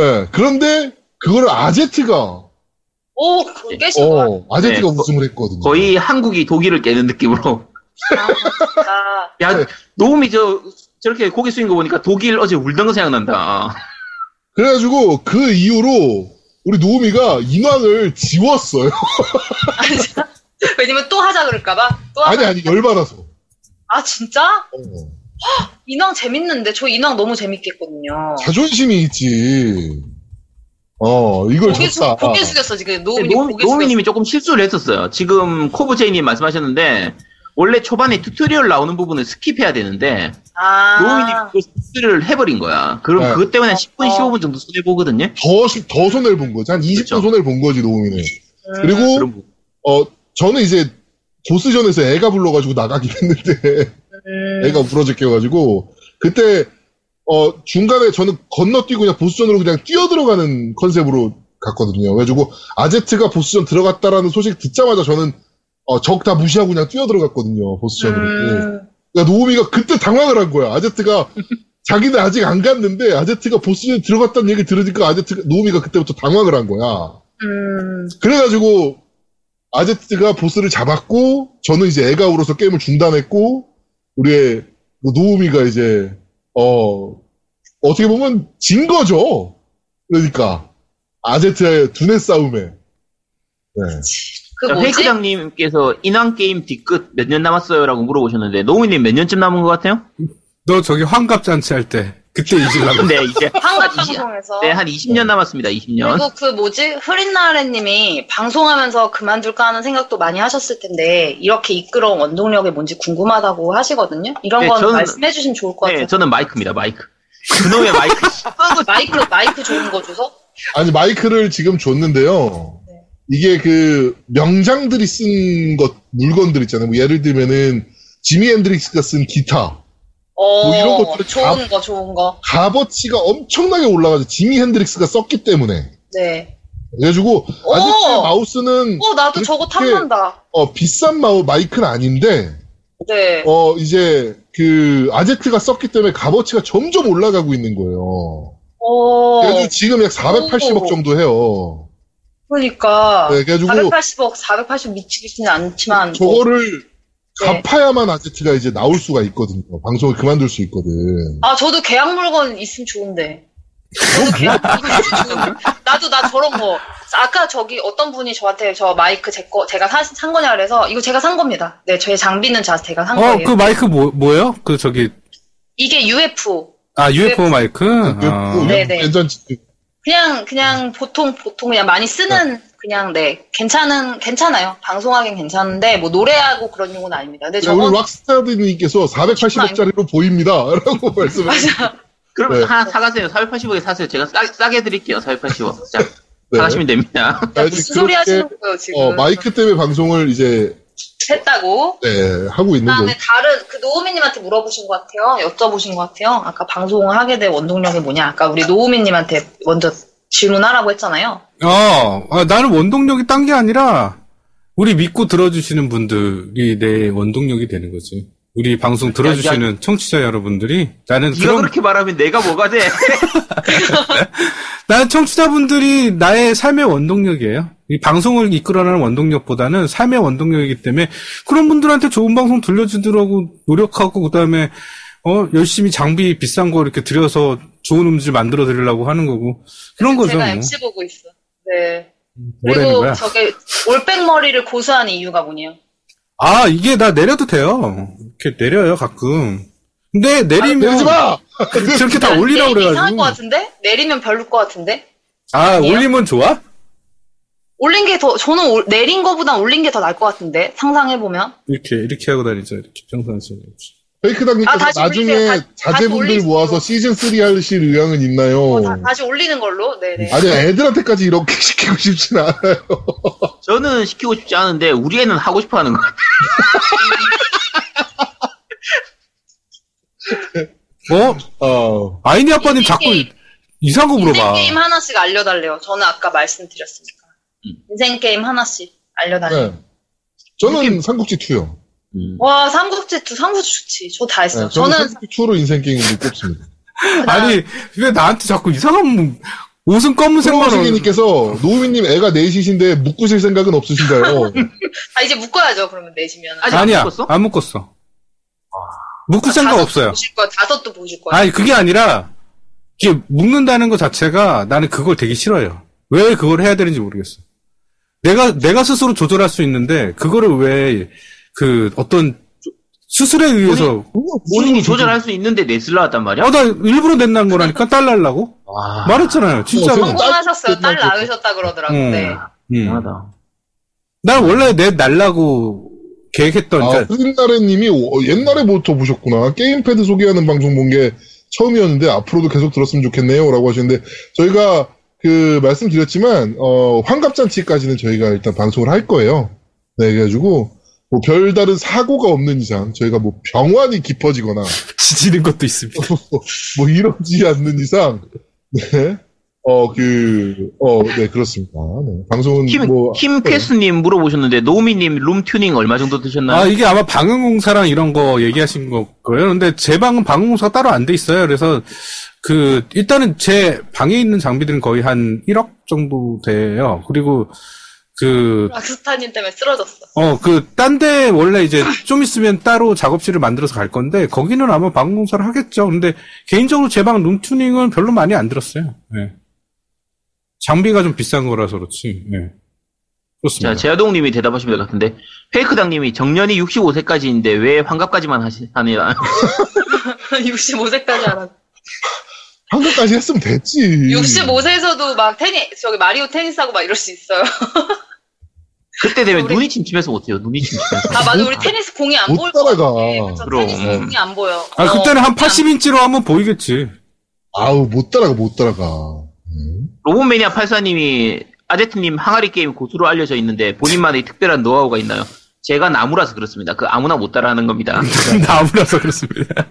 예, 그런데 그거를 아제트가 오, 그거 깨신 거야. 어, 아제트가 네, 우승을 했거든요. 거의 한국이 독일을 깨는 느낌으로. 아, 진짜. 야, 네. 노움이 저, 저렇게 고개 숙인 거 보니까 독일 어제 울던 거 생각난다. 그래가지고 그 이후로 우리 노미가 인왕을 지웠어요. *laughs* 아, 진짜? 왜냐면 또 하자 그럴까봐. 또 하자. 아니 아니 열받아서. 아, 진짜? 어, 인왕 재밌는데 저 인왕 너무 아, 재밌겠거든요. 자존심이 있지. 어 이걸 고개, 숙, 졌다. 고개 숙였어 지금 노우미 네, 노움- 고개 숙였어. 노움이님이 조금 실수를 했었어요. 지금 코브제이님 말씀하셨는데, 원래 초반에 튜토리얼 나오는 부분을 스킵해야 되는데, 노움이님이 아, 그 스킵을 해버린 거야. 그럼 네. 그것 때문에 한 10분, 어. 15분 정도 손해보거든요? 더, 시- 더 손해를 본 거지. 한 20분 그쵸. 손해를 본 거지, 노우미는. 음. 그렇죠. 그리고, 그런 부분. 어, 저는 이제, 보스전에서 애가 불러가지고 나가긴 했는데, 음. 애가 부러져껴가지고, 그때, 어, 중간에 저는 건너뛰고 그냥 보스전으로 그냥 뛰어들어가는 컨셉으로 갔거든요. 그래가지고, 아제트가 보스전 들어갔다라는 소식 듣자마자 저는, 어, 적 다 무시하고 그냥 뛰어들어갔거든요, 보스전으로. 음. 그러니까 노우미가 그때 당황을 한 거야. 아제트가 자기는 아직 안 갔는데 아제트가 보스전에 들어갔다는 얘기 들으니까 아제트가 노우미가 그때부터 당황을 한 거야. 음. 그래가지고 아제트가 보스를 잡았고 저는 이제 애가 울어서 게임을 중단했고 우리의 그 노우미가 이제 어 어떻게 보면 진 거죠. 그러니까 아제트의 두뇌 싸움에 네. 그 자, 뭐지? 페이크장님께서 인왕게임 뒤끝 몇 년 남았어요? 라고 물어보셨는데, 노움이님 몇 년쯤 남은 것 같아요? 너 저기 환갑잔치 할 때 그때 잊으려고 네, *laughs* 이제. 한갑 한 이십- 방송에서 네, 한 20년 남았습니다, 20년. 그리고 그 뭐지 흐린나래님이 방송하면서 그만둘까 하는 생각도 많이 하셨을 텐데 이렇게 이끌어온 원동력이 뭔지 궁금하다고 하시거든요. 이런 네, 건 저는- 말씀해주시면 좋을 것 네, 뭐 같아요. 저는 마이크입니다, 마이크. 그놈의 마이크. *laughs* 마이크 마이크 좋은 거 줘서 아니 마이크를 지금 줬는데요. 네. 이게 그 명장들이 쓴 것 물건들 있잖아요. 뭐 예를 들면은 지미 앤드릭스가 쓴 기타 어 뭐 이런 것들을 좋은 거 좋은 거 값어치가 엄청나게 올라가죠. 지미 앤드릭스가 썼기 때문에 네. 그래가지고 오! 아제트 마우스는 어 나도 저거 그렇게- 탐난다. 어, 비싼 마우 마이크는 아닌데 네. 어 이제 그 아제트가 썼기 때문에 값어치가 점점 올라가고 있는 거예요. 어 그래서 지금 약 480억 오. 정도 해요. 그러니까 네, 그래가지고 480억 480 미치겠지는 않지만 뭐- 저거를 네. 갚아야만 아제트가 이제 나올 수가 있거든요. 방송을 그만둘 수 있거든. 아 저도 계약 물건 있으면 좋은데. 저도 *laughs* 계약 물건 있으면 좋은데. 나도 나 저런 거 아까 저기 어떤 분이 저한테 저 마이크 제 거 제가 사, 산 거냐 그래서 이거 제가 산 겁니다. 네, 저의 장비는 자 제가 산 어 거예요. 그 마이크 뭐 뭐예요 그 저기 이게 UFO. 아 UFO 마이크 그- 그 아. 네, 네. 예전 그냥 네. 그냥 보통 보통 그냥 많이 쓰는 그냥 네 괜찮은 괜찮아요 방송하긴 괜찮은데 뭐 노래하고 그런 용어는 아닙니다. 근데 야, 네, 우리 저건 락스타드님께서 480억짜리로 보입니다. 라고 *laughs* 말씀을. 맞아 그럼 네. 하나 사가세요. 480억에 사세요. 제가 싸, 싸게 드릴게요. 480억. 자, 네. 사가시면 됩니다. *laughs* 무슨 소리 하시는 거예요 지금? 어, 마이크 때문에 방송을 이제, 했다고. 네, 하고 있는 뭐, 거. 그다음에 다른 그 노우미님한테 물어보신 것 같아요. 여쭤보신 것 같아요. 아까 방송을 하게 된 원동력이 뭐냐? 아까 우리 노우미님한테 먼저 질문하라고 했잖아요. 어, 아, 나는 원동력이 딴 게 아니라, 우리 믿고 들어주시는 분들이 내 원동력이 되는 거지. 우리 방송 들어주시는 청취자 여러분들이, 나는 네가 그런, 그렇게 말하면 내가 뭐가 돼? 나는 청취자분들이 나의 삶의 원동력이에요. 이 방송을 이끌어가는 원동력보다는 삶의 원동력이기 때문에, 그런 분들한테 좋은 방송 들려주더라고 노력하고, 그 다음에, 어, 열심히 장비 비싼 거 이렇게 들여서 좋은 음질 만들어 드리려고 하는 거고, 그런 거죠. 제가 뭐. MC 보고 있어. 네. 뭐라는 그리고 거야? 저게 올백 머리를 고수하는 이유가 뭐냐? 아, 이게 나 내려도 돼요. 이렇게 내려요, 가끔. 근데 내리면. 아, 내리지 마! *laughs* 저렇게 다 아, 올리라고 내리면 이상할 것 그래가지고. 같은데 내리면 별로일 것 같은데 아, 아니에요? 올리면 좋아? 올린 게 더 저는 올- 내린 거보다 올린 게 더 나을 것 같은데 상상해 보면 이렇게, 이렇게 하고 다니죠. 이렇게 평상시에. 아, 페이크당님께서 다시 나중에 올리세요. 다- 자제분들 다시 모아서 시즌3 하실 의향은 있나요? 어, 어. 다, 시 올리는 걸로 음. 네네 아니, 애들한테까지 이렇게 *laughs* 시키고 싶진 않아요. 저는 시키고 싶지 않은데 우리 애는 하고 싶어 하는 거 같아요. 어? 어. 아이니 아빠님 자꾸 인생 게임. 이상한 거 인생 물어봐. 게임 하나씩 알려달래요 저는 아까 말씀드렸으니까 음. 인생 게임 하나씩 알려달래요 네. 저는 삼국지2요. 네, 와 삼국지 두 삼국지 좋지 저 다 했어요 저는 저는 삼국지2로 인생게임을 꼽습니다. 아니, 왜 나한테 자꾸 이상한, 문- 옷은 검은색만 올 호시기님께서 노우미님 애가 넷이신데 묶으실 생각은 없으신가요? 아 이제 묶어야죠 그러면 내시면 아직 안 아니야, 묶었어? 아, 안 묶었어. 묶을 생각 다섯도 없어요. 보실 거야 다섯도 보실 거야 아니, 그게 아니라, 이게 묶는다는 것 자체가 나는 그걸 되게 싫어요. 왜 그걸 해야 되는지 모르겠어. 내가, 내가 스스로 조절할 수 있는데, 그거를 왜, 그, 어떤, 수술에 의해서, 음. 본인이 조절할 수 있는데 냈을라 왔단 말이야? 어, 나 일부러 낸다는 거라니까 딸 날라고? 아. 와, 말했잖아요, 진짜로. 어, 성공하셨어요 딸 딸 낳으셨다 그러더라고 음. 네. 음. 대단하다. 난 원래 내 날라고 계획했던, 아, 그러니까, 프린나래님이 어, 옛날에부터 보셨구나. 게임패드 소개하는 방송 본 게 처음이었는데 앞으로도 계속 들었으면 좋겠네요라고 하시는데 저희가 그 말씀드렸지만 어, 환갑잔치까지는 저희가 일단 방송을 할 거예요. 네, 그래가지고 뭐 별다른 사고가 없는 이상 저희가 뭐 병환이 깊어지거나 지지는 것도 있습니다. 뭐 이러지 않는 이상 네. 어, 그, 어, 네, 그렇습니다. 네. 방송은 김, 뭐. 네. 김캐스님 물어보셨는데 노미님 룸튜닝 얼마 정도 드셨나요? 아, 이게 아마 방음공사랑 이런 거 얘기하신 거 거예요. 근데 제 방은 방음공사가 따로 안 돼 있어요. 그래서 그 일단은 제 방에 있는 장비들은 거의 한 1억 정도 돼요. 그리고 그 락스타님 때문에 쓰러졌어 *laughs* 어, 그, 딴 데 원래 이제 좀 있으면 따로 작업실을 만들어서 갈 건데, 거기는 아마 방공사를 하겠죠. 근데 개인적으로 제 방 룸튜닝은 별로 많이 안 들었어요. 예. 장비가 좀 비싼 거라서 그렇지. 예. 그렇습니다. 자, 제아동님이 대답하시면 될 것 같은데 페이크당님이 정년이 65세까지인데 왜 환갑까지만 하시, 하냐 *laughs* 65세까지 하라고 한국까지 했으면 됐지. 65세에서도 막 테니 저기 마리오 테니스하고 막 이럴 수 있어요. *laughs* 그때 되면 우리- 눈이 침침해서 못해요. 눈이 침침해서. 아 맞아 우리 테니스 공이 안 못 보일 거 따라가. 같아. 그래서 그럼. 테니스 공이 안 보여. 아, 어, 그때는 한 공이 안 80인치로 하면 보이겠지. *laughs* 아우 못 따라가 못 따라가. 음. 로봇매니아 84님이 아제트님 항아리 게임 고수로 알려져 있는데 본인만의 특별한 노하우가 있나요? 제가 나무라서 그렇습니다. 그 아무나 못 따라하는 *laughs* 겁니다. 나무라서 그렇습니다.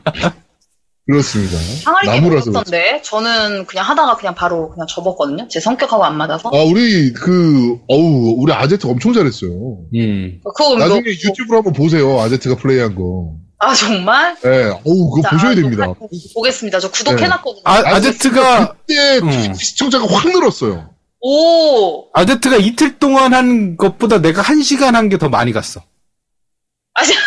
그렇습니다. 항아리 나무라서. 나무라서 그런데 저는 그냥 하다가 그냥 바로 그냥 접었거든요. 제 성격하고 안 맞아서. 그렇지. 아 우리 그 어우 우리 아제트 엄청 잘했어요. 음. 그거 뭐- 나중에 유튜브로 한번 보세요 아제트가 플레이한 거. 아 정말? 예, 어우 그거 진짜, 보셔야 아, 됩니다. 네. 좀 구독해보겠습니다. 저 구독해놨거든요. 아, 아제트가, 그때 음. 시청자가 확 늘었어요. 오, 아제트가 이틀 동안 한 것보다 내가 한 시간 한 게 더 많이 갔어. 아, 진-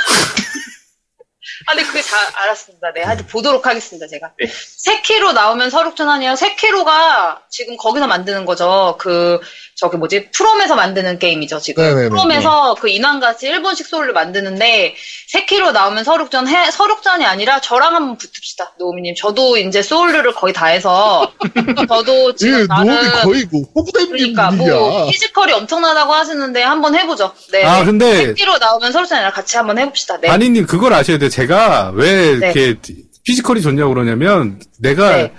아, 근데 그게 다 알았습니다. 네, 음. 하여튼 보도록 하겠습니다, 제가. 네. 세키로 나오면 서륙전 아니에요? 세키로가 지금 거기서 만드는 거죠. 그, 저기 뭐지 프롬에서 만드는 게임이죠 지금 네네네. 프롬에서 그 인왕같이 일본식 소리를 만드는데 세키로 나오면 서륙전 해 서륙전이 아니라 저랑 한번 붙읍시다 노우미님 저도 이제 소울류를 거의 다 *laughs* 해서 저도 예, 지금 노이 나름 거의 뭐 호구된 그러니까 분위기야. 뭐 피지컬이 엄청나다고 하시는데 한번 해보죠 네 아, 근데, 세키로 나오면 서륙전이 아니라 같이 한번 해봅시다 네 아니님, 그걸 아셔야 돼요. 제가 왜 이렇게 피지컬이 좋냐고 그러냐면, 내가 네.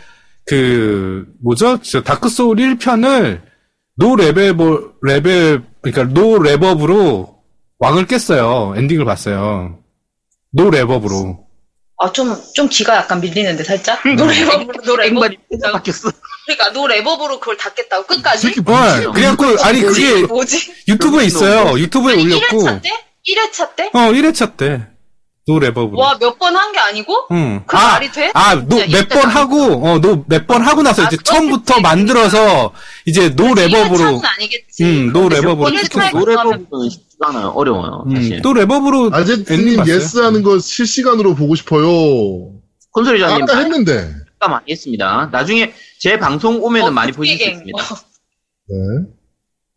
그, 뭐죠? 저 다크소울 1편을 노 레벨, 뭐 레벨, 그러니까 노 랩업으로 왕을 깼어요. 엔딩을 봤어요. 노 랩업으로. 아 좀 좀 기가 약간 밀리는데 살짝 음. 노래법으로 음. 노래법 앵반이 혼자 바뀌었어. 그러니까 노래법으로 그걸 다 깼다고 끝까지 새끼 어, 뭐지? 그래갖고, 아니, 그게 뭐지 유튜브에 있어요. 유튜브에 아니 올렸고. 1회차 때 1회차 때 어, 1회차 때. 노 랩업으로. 와 몇 번 한 게 아니고 응. 그 말이 돼? 아, 노 진짜 몇 번 이때다. 하고, 어, 노 몇 번 하고 나서 아, 이제 그건 처음부터 그치. 만들어서 이제 노 랩업으로, 1회차는 아니겠지 음, 노 랩업으로 그건 쭉, 그치. 노래법은 쉽지 않아요. 어려워요. 사실. 음, 또 랩업으로 엔딩 아제트님 봤어요? 예스 하는 거 실시간으로 보고 싶어요. 콘솔이자님 아까 했는데. 아까 많이 했습니다. 나중에 제 방송 오면은 어, 많이 보실 수 게임. 있습니다. 어, 네.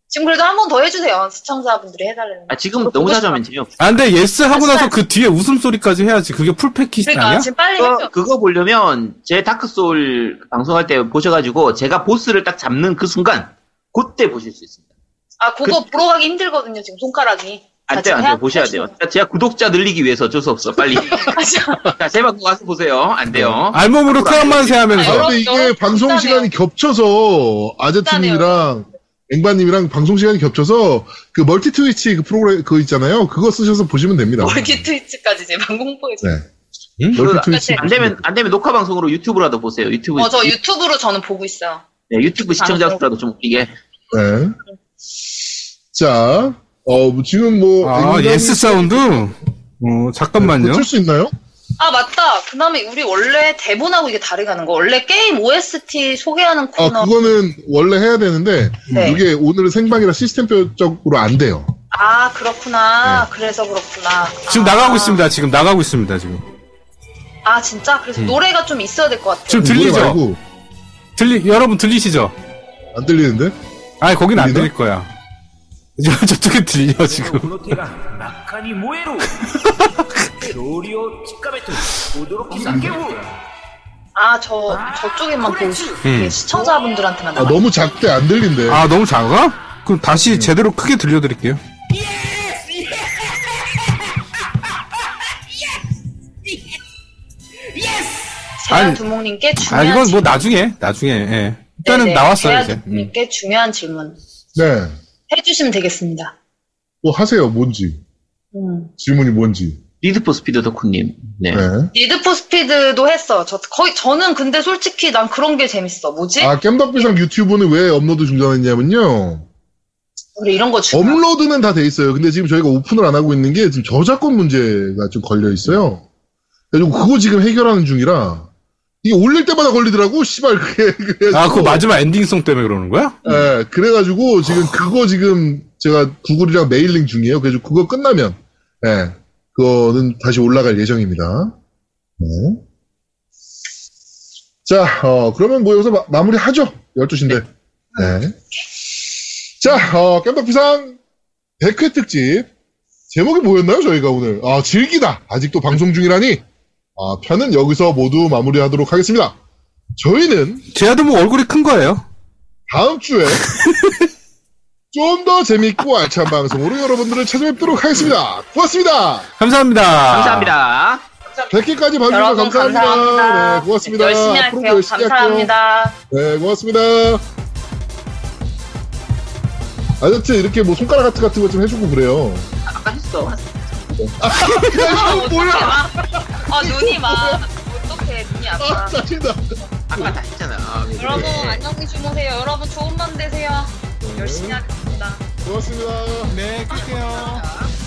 지금 그래도 한 번 더 해주세요 시청자분들이 해달라는 거. 아, 지금 너무 자자면 재미없어. 아, 근데 예스 하고 나서 그 뒤에 웃음소리까지 해야지. 그게 풀패키지 그러니까 아니야? 지금 빨리 해줘 그거, 그거 보려면 제 다크소울 방송할 때 보셔가지고 제가 보스를 딱 잡는 그 순간 그때 보실 수 있습니다. 아 그거 보러 가기 힘들거든요 지금 손가락이 안 돼요, 안 돼요. 아, 보셔야 돼요. 제가 구독자 늘리기 위해서 어쩔 수 없어. *laughs* 빨리. 아, 자, 제 방송 가서 보세요. 안 돼요. 알몸으로 크란 만세 아, 하면서. 근데 이게 너무 방송 불쌍해요. 시간이 겹쳐서 아제트님이랑 앵바님이랑 방송 시간이 겹쳐서 그 멀티 트위치 그 프로그램 그거 있잖아요. 그거 쓰셔서 보시면 됩니다. 월기 트위치까지 지금 방공포에 네. 응? 멀티 트위치. 안 되면, 안 되면 녹화 방송으로 유튜브라도 보세요. 네. 유튜브. 어저 유튜브로 저는 보고 있어요 네, 유튜브 시청자 수라도 좀 올리게. 네. 자, 어, 뭐 지금 뭐. 아, 앵간이 예스 사운드? 어, 잠깐만요. 고칠 수 있나요? 아 맞다. 그다음에 우리 원래 대본하고 이게 다르게 하는 거. 원래 게임 OST 어, 소개하는 아, 코너. 그거는 원래 해야 되는데, 네. 이게 오늘은 생방이라 시스템적으로 안 돼요. 아 그렇구나. 그래서 그렇구나. 네. 지금 아. 나가고 있습니다. 지금 나가고 있습니다. 지금. 아 진짜. 그래서 노래가 좀 있어야 될 것 같아. 음. 지금 노래 들리죠? 말고 들리, 여러분 들리시죠? 안 들리는데? 아니, 거긴 안 들리나? 들릴 거야. *laughs* 저- 저쪽에 들려, 지금. この手が真っ赤に燃え *laughs* ろ恐竜をちっかめと驚き叫ぶ 아 저 저쪽에만 보고 싶. 음. 시청자분들한테만. 아, 나와. 너무 작대, 안 들린대. 아, 너무 작아? 그럼 다시 제대로 크게 들려드릴게요. 세안 아니, 두목님께 아, 중요한. 이건 뭐 질문. 나중에, 나중에, 예. 일단은 네네. 나왔어요, 세안 이제. 음. 두목님께 중요한 질문 네. 해주시면 되겠습니다. 뭐 하세요, 뭔지. 음. 질문이 뭔지. 리드포 스피드 덕후님. 네. 네. 니드 포 스피드도 했어. 저 거의 저는 근데 솔직히 난 그런 게 재밌어. 뭐지? 아, 겜덕비상 유튜브는 왜 업로드 중단했냐면요. 우리 이런 거 중요. 업로드는 다 돼 있어요. 근데 지금 저희가 오픈을 안 하고 있는 게 지금 저작권 문제가 좀 걸려 있어요. 그래서 그거 지금 해결하는 중이라 이게 올릴 때마다 걸리더라고. 씨발 그게 그래서 아, 그거 마지막 엔딩송 때문에 그러는 거야? 예, 그래가지고 지금 그거 지금 제가 구글이랑 메일링 중이에요. 그래서 그거 끝나면 예, 그거는 다시 올라갈 예정입니다. 네. 자, 어, 그러면 뭐 여기서 마, 무리하죠 12시인데. 네. 자, 어, 깜빡비상 100회 특집. 제목이 뭐였나요, 저희가 오늘? 아, 즐기다. 아직도 방송 중이라니. 아, 편은 여기서 모두 마무리하도록 하겠습니다. 저희는 제아도 뭐 얼굴이 큰 거예요. 다음 주에 *laughs* 좀 더 재밌고 알찬 방송으로 여러분들을 찾아뵙도록 하겠습니다. 고맙습니다. 감사합니다. 감사합니다. 100회까지 봐주셔서 여러분 감사합니다. 감사합니다. 네, 고맙습니다. 열심히 앞으로도 할게요. 열심히 할게요. 감사합니다. 네, 고맙습니다. 아저씨 이렇게 뭐 손가락 하트 같은 거 좀 해주고 그래요. 아까 했어. 이거 뭐야? 아, 어, 눈이 막 어떻게 눈이 아, 아파. 짜증나. 아까 다 했잖아. 네. 여러분 안녕히 주무세요. 여러분 네. 좋은 밤 되세요. 열심히 하겠습니다. 고맙습니다. 네, 끌게요. 감사합니다.